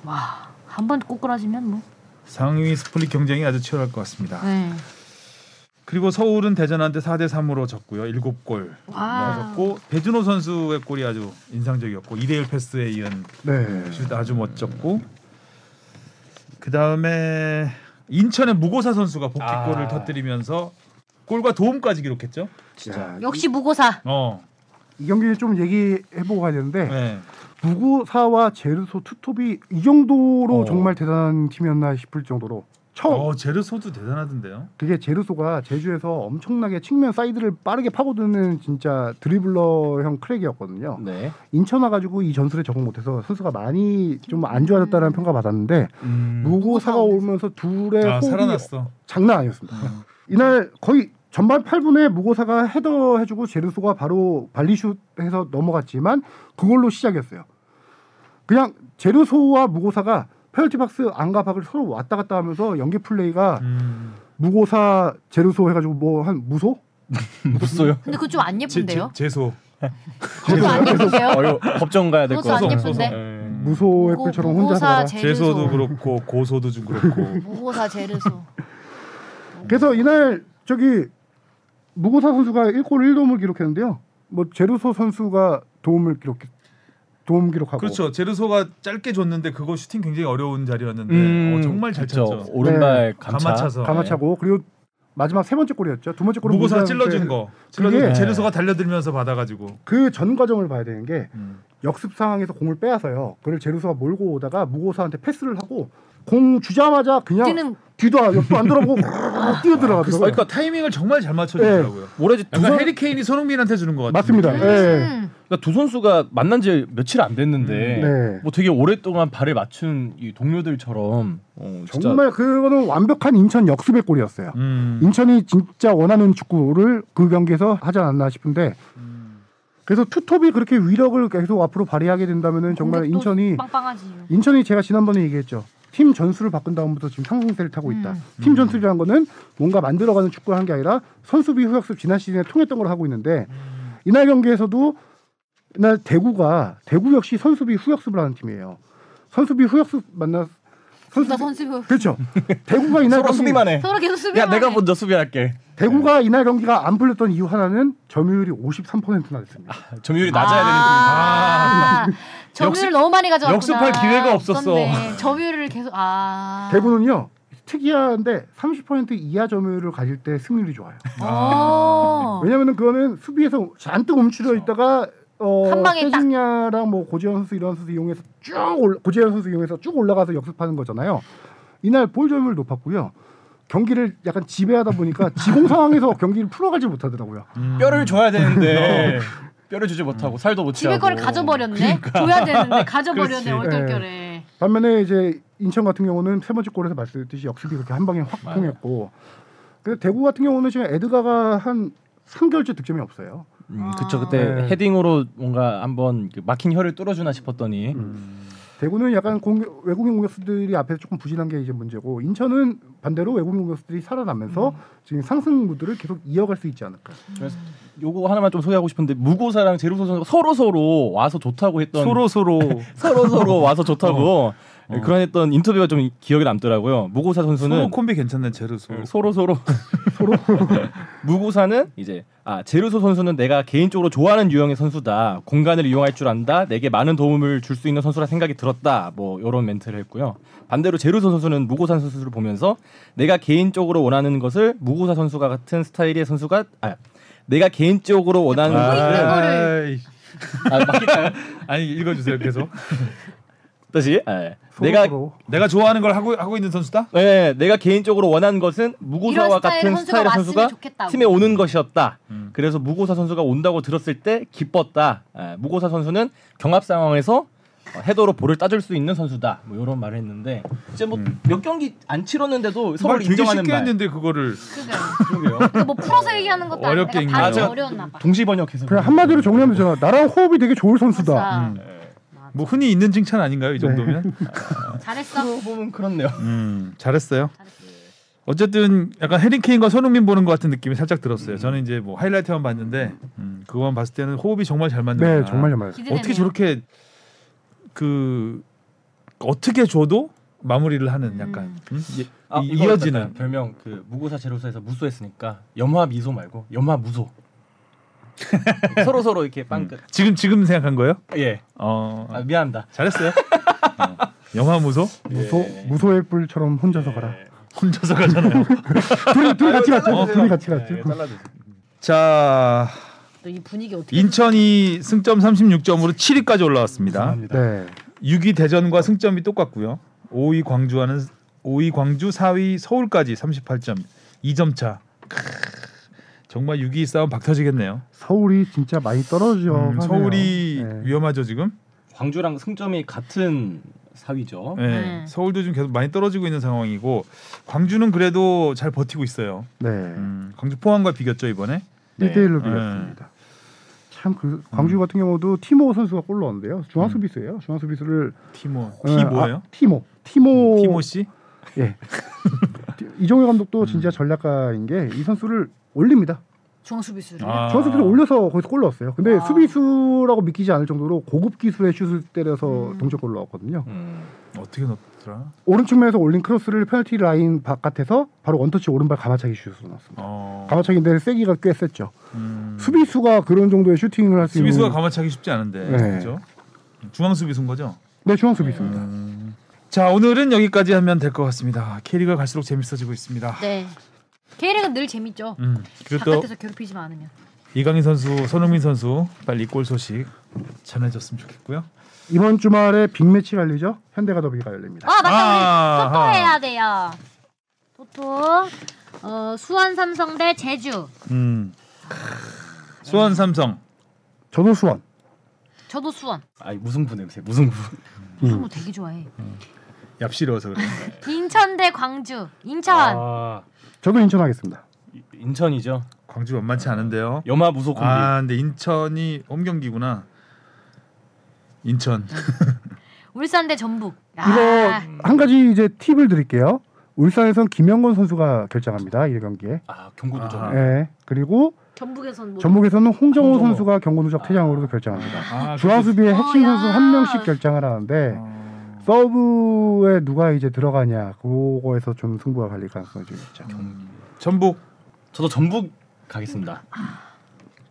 와, 한 번 꼬꾸라지면 뭐.
상위 스플릿 경쟁이 아주 치열할 것 같습니다.
네.
그리고 서울은 대전한테 4대 3으로 졌고요. 7골
와.
넣었고 배준호 선수의 골이 아주 인상적이었고 2대 1 패스에 이은
네.
슛 아주 멋졌고 그다음에 인천의 무고사 선수가 복귀골을
아.
터뜨리면서 골과 도움까지 기록했죠.
야,
역시 무고사.
어.
이 경기를 좀 얘기해보고 가야 되는데
네.
무구사와 제르소 투톱이 이 정도로
어.
정말 대단한 팀이었나 싶을 정도로 처음
어, 제르소도 대단하던데요.
그게 제르소가 제주에서 엄청나게 측면 사이드를 빠르게 파고드는 진짜 드리블러형 크랙이었거든요.
네.
인천 와가지고 이 전술에 적응 못해서 선수가 많이 좀 안 좋아졌다는 평가 받았는데
음.
어,
무고사가 오면서 둘의
아,
호흡이
살아났어. 음.
장난 아니었습니다. 이날 거의 전반 8분에 무고사가 헤더 해주고 제르소가 바로 발리슛 해서 넘어갔지만 그걸로 시작이었어요. 그냥 제르소와 무고사가 페널티 박스 안과 밖을 서로 왔다 갔다 하면서 연계 플레이가
음.
무고사 제르소 해가지고 뭐 한 무소?
무소요?
근데 그거 좀 안
제,
예쁜데요?
제, 소
그거 안 예쁜데요?
어, 이거 법정 가야 될 거.
그것도 안
소송, 네.
예쁜데.
무소의
무고-
뿔처럼 혼자 살아.
제소도 그렇고 고소도 좀 그렇고.
무고사 제르소.
그래서 이날 저기 무고사 선수가 1골 1도움을 기록했는데요. 뭐 제르소 선수가 도움을 기록 도움 기록하고
그렇죠. 제르소가 짧게 줬는데 그거 슈팅 굉장히 어려운 자리였는데
네,
어, 정말 잘
음, 그쵸.
쳤죠.
오른발 감차.
감아차서.
감아차고 그리고 마지막 세 번째 골이었죠. 두 번째 골은
네. 무고사가
무고사한테
찔러준 거. 찔러준
그게-
제르소가 달려들면서 받아가지고.
그 전 과정을 봐야 되는 게
음.
역습 상황에서 공을 빼앗아요. 그걸 제루소가 몰고 오다가 무고사한테 패스를 하고 공 주자마자 그냥
뛰는
뒤도 안- 옆도 안 돌아보고 뛰어
그래서
들어가더라고요.
그러니까 타이밍을 정말 잘 맞춰주더라고요.
올해 두,
약간
선,
해리 케인이 손흥민한테 주는 것 같아요.
맞습니다. 예.
음.
그러니까 두 선수가 만난 지 며칠 안
음,
됐는데
네.
뭐 되게 오랫동안 발을 맞춘 이 동료들처럼 어, 진짜
정말 그거는 완벽한 인천 역습의 골이었어요.
음.
인천이 진짜 원하는 축구를 그 경기에서 하지 않았나 싶은데 그래서 투톱이 그렇게 위력을 계속 앞으로 발휘하게 된다면은 정말
공격도
인천이
빵빵하지.
인천이 제가 지난번에 얘기했죠. 팀 전술을 바꾼 다음부터 지금 상승세를 타고 있다.
음.
팀 전술이라는 거는 뭔가 만들어가는 축구를 하는 게 아니라 선수비 후역습 지난 시즌에 통했던 걸 하고 있는데
음.
이날 경기에서도 이날 대구가 대구 역시 선수비 후역습을 하는 팀이에요. 선수비 후역습 만나 선수
나 선수
그렇죠. 대구가 이날
서로
경기-
수비만 해.
서로 계속 수비.
야, 내가 먼저 수비할게.
대구가 이날 경기가 안 풀렸던 이유 하나는 점유율이 53%나 됐습니다.
점유율이 낮아야
아, 점유율 너무 많이 가져갔구나.
역습할 기회가 없었어.
없었네. 점유율을 계속 아.
대구는요 특이한데 30% 이하 점유율을 가질 때 승률이 좋아요.
어. 그렇죠.
왜냐면은 그거는 수비에서 잔뜩 움츠려 있다가 어,
한 방에 딱.
세징야랑 뭐 고재현 선수 이런 선수 이용해서 쭉 올라, 고재현 선수 이용해서 쭉 올라가서 역습하는 거잖아요. 이날 볼 점유율 높았고요. 경기를 약간 지배하다 보니까 지공 상황에서 경기를 풀어가지 못하더라고요.
되는 뼈를 줘야
어.
되는데 뼈를 주지 못하고 살도 못
집에
치고
거를 가져버렸네. 줘야 되는데 가져버렸네
그렇지.
얼떨결에.
반면에 이제 인천 같은 경우는 세 번째 골에서 말씀드렸듯이 역습이 그렇게 한 방에 확 통했고 근데 대구 같은 경우는 지금 에드가가 한 3개월째 득점이 없어요.
음,
아.
그쵸 그때
네.
헤딩으로 뭔가 한번 그 막힌 혀를 뚫어주나 싶었더니
음.
대구는 약간 공격- 외국인 공격수들이 앞에서 조금 부진한 게 이제 문제고 인천은 반대로 외국인 공격수들이 살아나면서
음.
지금 상승 무드를 계속 이어갈 수 있지 않을까.
요거 하나만 좀 소개하고 싶은데 무고사랑 제루소 선수가 서로 서로 와서 좋다고 했던
서로 서로
서로 서로 와서 좋다고 예, 그런 했던 인터뷰가 좀 기억에 남더라고요. 무고사
서로
선수는
콤비 괜찮네 제르소.
서로 서로 무고사는 이제 아 제르소 선수는 내가 개인적으로 좋아하는 유형의 선수다 공간을 이용할 줄 안다 내게 많은 도움을 줄 수 있는 선수라 생각이 들었다 뭐 이런 멘트를 했고요 반대로 제르소 선수는 무고사 선수를 보면서 내가 개인적으로 원하는 것을 무고사 선수가 같은 스타일의 선수가 아 내가 개인적으로 원하는
아.
보고 있는
것을
거를.
아이,
아, 맡길까요?
아니 읽어주세요 계속.
다시 예.
서로
내가
서로.
내가 좋아하는 걸 하고 하고 있는 선수다.
네, 내가 개인적으로 원하는 것은
이런
무고사와 같은
스타일의
스타일의
선수가
선수가
왔으면 좋겠다고.
팀에 오는 것이었다.
음.
그래서 무고사 선수가 온다고 들었을 때 기뻤다. 예, 무고사 선수는 경합 상황에서 어, 헤더로 볼을 따줄 수 있는 선수다. 뭐 이런 말을 했는데 이제 뭐
음.
몇 경기 안 치렀는데도
그 말
서로
되게
인정하는
쉽게
말.
했는데 그거를
그게
그러게요.
뭐 풀어서 얘기하는 것도
어렵게
아니고 발음이
읽네요.
어려웠나 봐.
동시 번역해서
그냥 한마디로 정리하면 되잖아. 나랑 호흡이 되게 좋을 선수다.
맞아.
뭐 흔히 있는 칭찬 아닌가요 이 정도면?
잘했어.
뭐
서로 보면 그렇네요.
음 잘했어요.
잘했어.
어쨌든 약간 해리케인과 손흥민 보는 것 같은 느낌이 살짝 들었어요. 저는 이제 뭐 하이라이트만 봤는데 음, 그거만 봤을 때는 호흡이 정말 잘 맞는다.
네, 정말 정말.
기대되네요.
어떻게 저렇게 그 어떻게 줘도 마무리를 하는 약간 음? 이-
아,
이-
이거
이어지는
별명 그 무고사 제로사에서 무소했으니까 염화 미소 말고 염화 무소. 서로 서로 이렇게 빵끝.
지금 지금 생각한 거예요?
음.
예.
어
아, 미안합니다.
잘했어요. 어, 영화 무소
무소
예.
무소의 뿔처럼 혼자서 가라.
혼자서 가잖아요.
둘이 둘이 같이 갔죠.
잘라주세요.
어,
둘이
예.
같이 갔죠.
자
또이 분위기 어떻게?
인천이 승점 36점으로 7위까지 올라왔습니다.
네.
6위 대전과 승점이 똑같고요. 5위 광주와는 5위 광주, 4위 서울까지 38점, 2점 차. 크으, 정말 6위 싸움 박터지겠네요.
서울이 진짜 많이 떨어져.
음,
가네요.
서울이
네.
위험하죠 지금.
광주랑 승점이 같은
어,
사위죠.
네.
네.
서울도 지금 계속 많이 떨어지고 있는 상황이고 광주는 그래도 잘 버티고 있어요.
네.
음, 광주 포항과 비겼죠 이번에.
1대1로
네.
비겼습니다. 참 그 광주 같은 경우도 티모 선수가 골 넣었는데요. 중앙
음.
수비수예요. 중앙 수비수를
티모.
네,
티모예요? 음,
아, 티모. 티모.
티모 씨? 음.
예. 이종효 감독도 진짜 전략가인 게 이 선수를 올립니다.
중수비수를.
아.
중앙 수비수를 올려서 거기서 골 넣었어요. 근데
아.
수비수라고 믿기지 않을 정도로 고급 기술의 슛을 때려서
음.
동점골 넣었거든요.
아, 어떻게 넣더라?
오른쪽 면에서 올린 크로스를 페널티 라인 바깥에서 바로 원터치 오른발 가마차기 슛으로 넣었습니다.
어.
가마차기인데 세기가 꽤 셌죠.
음.
수비수가 그런 정도의 슈팅을 할 수 있는
수비수가 가마차기 쉽지 않은데.
음. 네.
그렇죠? 중앙 수비수인 거죠?
네, 중앙 수비수입니다.
자 오늘은 여기까지 하면 될 것 같습니다. 캐리가 갈수록 재밌어지고 있습니다.
네. K리그는 늘 재밌죠.
음, 그리고 또
바깥에서 괴롭히지만 않으면.
이강인 선수, 손흥민 선수 빨리 골 소식 전해줬으면 좋겠고요.
이번 주말에 빅매치 열리죠? 현대가 더비가 열립니다.
아 맞다
아하.
우리 토토 해야 돼요. 토토. 어 수원 삼성 대 제주.
음. 수원 삼성
저도 수원.
저도 수원.
아 무승부 냄새. 무승부.
수원 뭐 되게 좋아해.
얍시러워서 그래.
인천 대 광주. 인천.
아
저도 인천 하겠습니다.
이- 인천이죠.
광주 만만치 않은데요.
염화 무소 콤비.
아 근데 인천이 홈 경기구나. 인천.
울산 대 전북. 아,
이거 한 가지 이제 팁을 드릴게요. 울산에선 김영건 선수가 결정합니다. 이 경기에.
아 경고도 좀.
아.
예. 그리고
전북에선 뭐
전북에서는 홍정호
홍정호.
선수가 경고 누적 퇴장으로도 결정합니다.
아,
중앙 수비의 핵심
어, 야.
선수 한 명씩 결정을 하는데
어,
서브에 누가 이제 들어가냐 그거에서 좀 승부가 갈릴 가능성이 좀 있죠.
전북
저도 전북 가겠습니다. 아,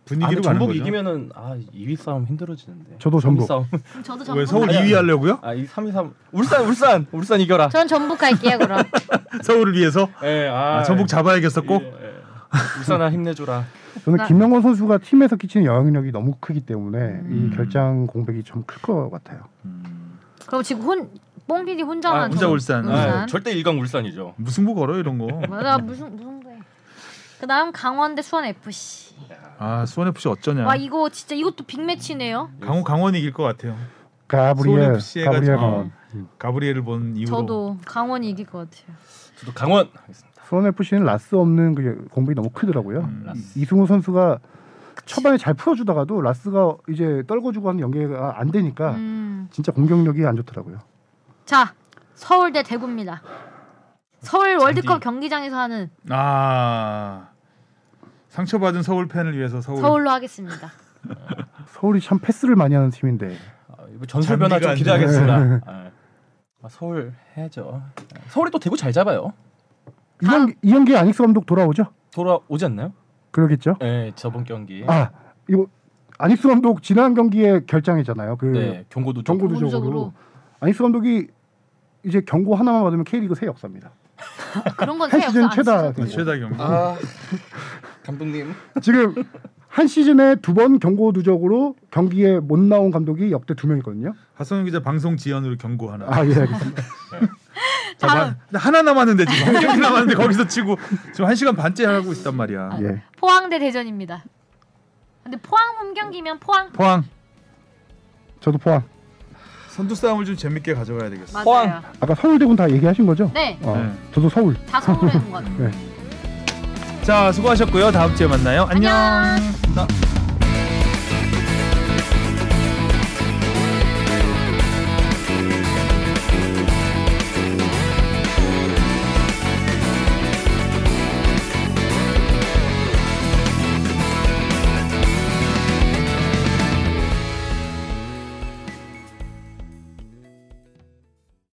분위기로
근데
가는
전북
거죠.
이기면은 아 2위 싸움 힘들어지는데.
저도 전북.
삼위 싸움.
저도
왜
전북.
서울 2위 하려고요?
아, 이 3위 싸움. 울산 울산 울산 이겨라.
전 전북 갈게요 그럼.
서울을 위해서
예,
아, 전북 잡아야겠었고
예, 예. 울산아 힘내줘라.
저는
나-
김명건 선수가 팀에서 끼치는 영향력이 너무 크기 때문에
음.
이 결장 공백이 좀 클 것 같아요.
그럼 지금 혼 뽕피디
아,
혼자만
혼자
전-
울산.
아,
울산.
절대 1강 울산이죠.
무승부 걸어 이런 거.
맞아 뭐, 무슨 무슨 거야. 그다음 강원 대 수원 FC.
아 수원 FC 어쩌냐.
와 이거 진짜 이것도 빅매치네요.
강원 강원 이길 것 같아요.
가브리엘,
FC 가-
가브리엘
어.
강원.
가브리엘을 본 이후로.
저도 강원이 이길 것 같아요.
저도 강원 하겠습니다.
수원 FC는 라스 없는 그 공백이 너무 크더라고요.
음,
이- 이승우 선수가 초반에 잘 풀어주다가도 라스가 이제 떨궈주고 하는 연계가 안
아.
되니까
음.
진짜 공격력이 안 좋더라고요.
자 서울 대 대구입니다. 서울 월드컵
잔디.
경기장에서 하는
아 상처받은 서울 팬을 위해서 서울.
서울로 하겠습니다.
서울이 참 패스를 많이 하는 팀인데
아, 이거 전술 변화
잔디가
좀
네. 안
기대하겠습니다. 아, 아, 서울 해야죠. 서울이 또 대구 잘 잡아요.
다음.
이영 이영기 아닉스 감독 돌아오죠?
돌아오지 않나요?
그러겠죠?
네, 저번 경기.
아 이거 아닉스 감독 지난 경기에 결장했잖아요. 그
네, 경고도 좀-
아,
경고도
공적으로
적으로 아닉스 감독이 이제 경고 하나만 받으면 K리그 새 역사입니다.
그런 건
한
새
시즌
역사 안
최다.
쓰죠.
아, 최다 경기.
아, 감독님.
지금 한 시즌에 두 번 경고 누적으로 경기에 못 나온 감독이 역대 두 명이거든요.
하성윤 기자 방송 지연으로 경고하나.
아 예 알겠습니다.
자,
다음.
마- 하나 남았는데 지금 한 경기 남았는데 거기서 치고 지금 한 시간 반째 하고 있단 말이야.
아.
예.
포항 대 대전입니다. 근데 포항 홈 경기면 포항
포항
저도 포함.
선두 싸움을 좀 재밌게 가져가야 되겠어.
맞아요.
포항.
아까 서울대군 다 얘기하신 거죠?
네,
어,
네.
저도 서울.
다 서울에 온것 같아요.
자 수고하셨고요. 다음 주에 만나요. 안녕.
안녕.
감사합니다.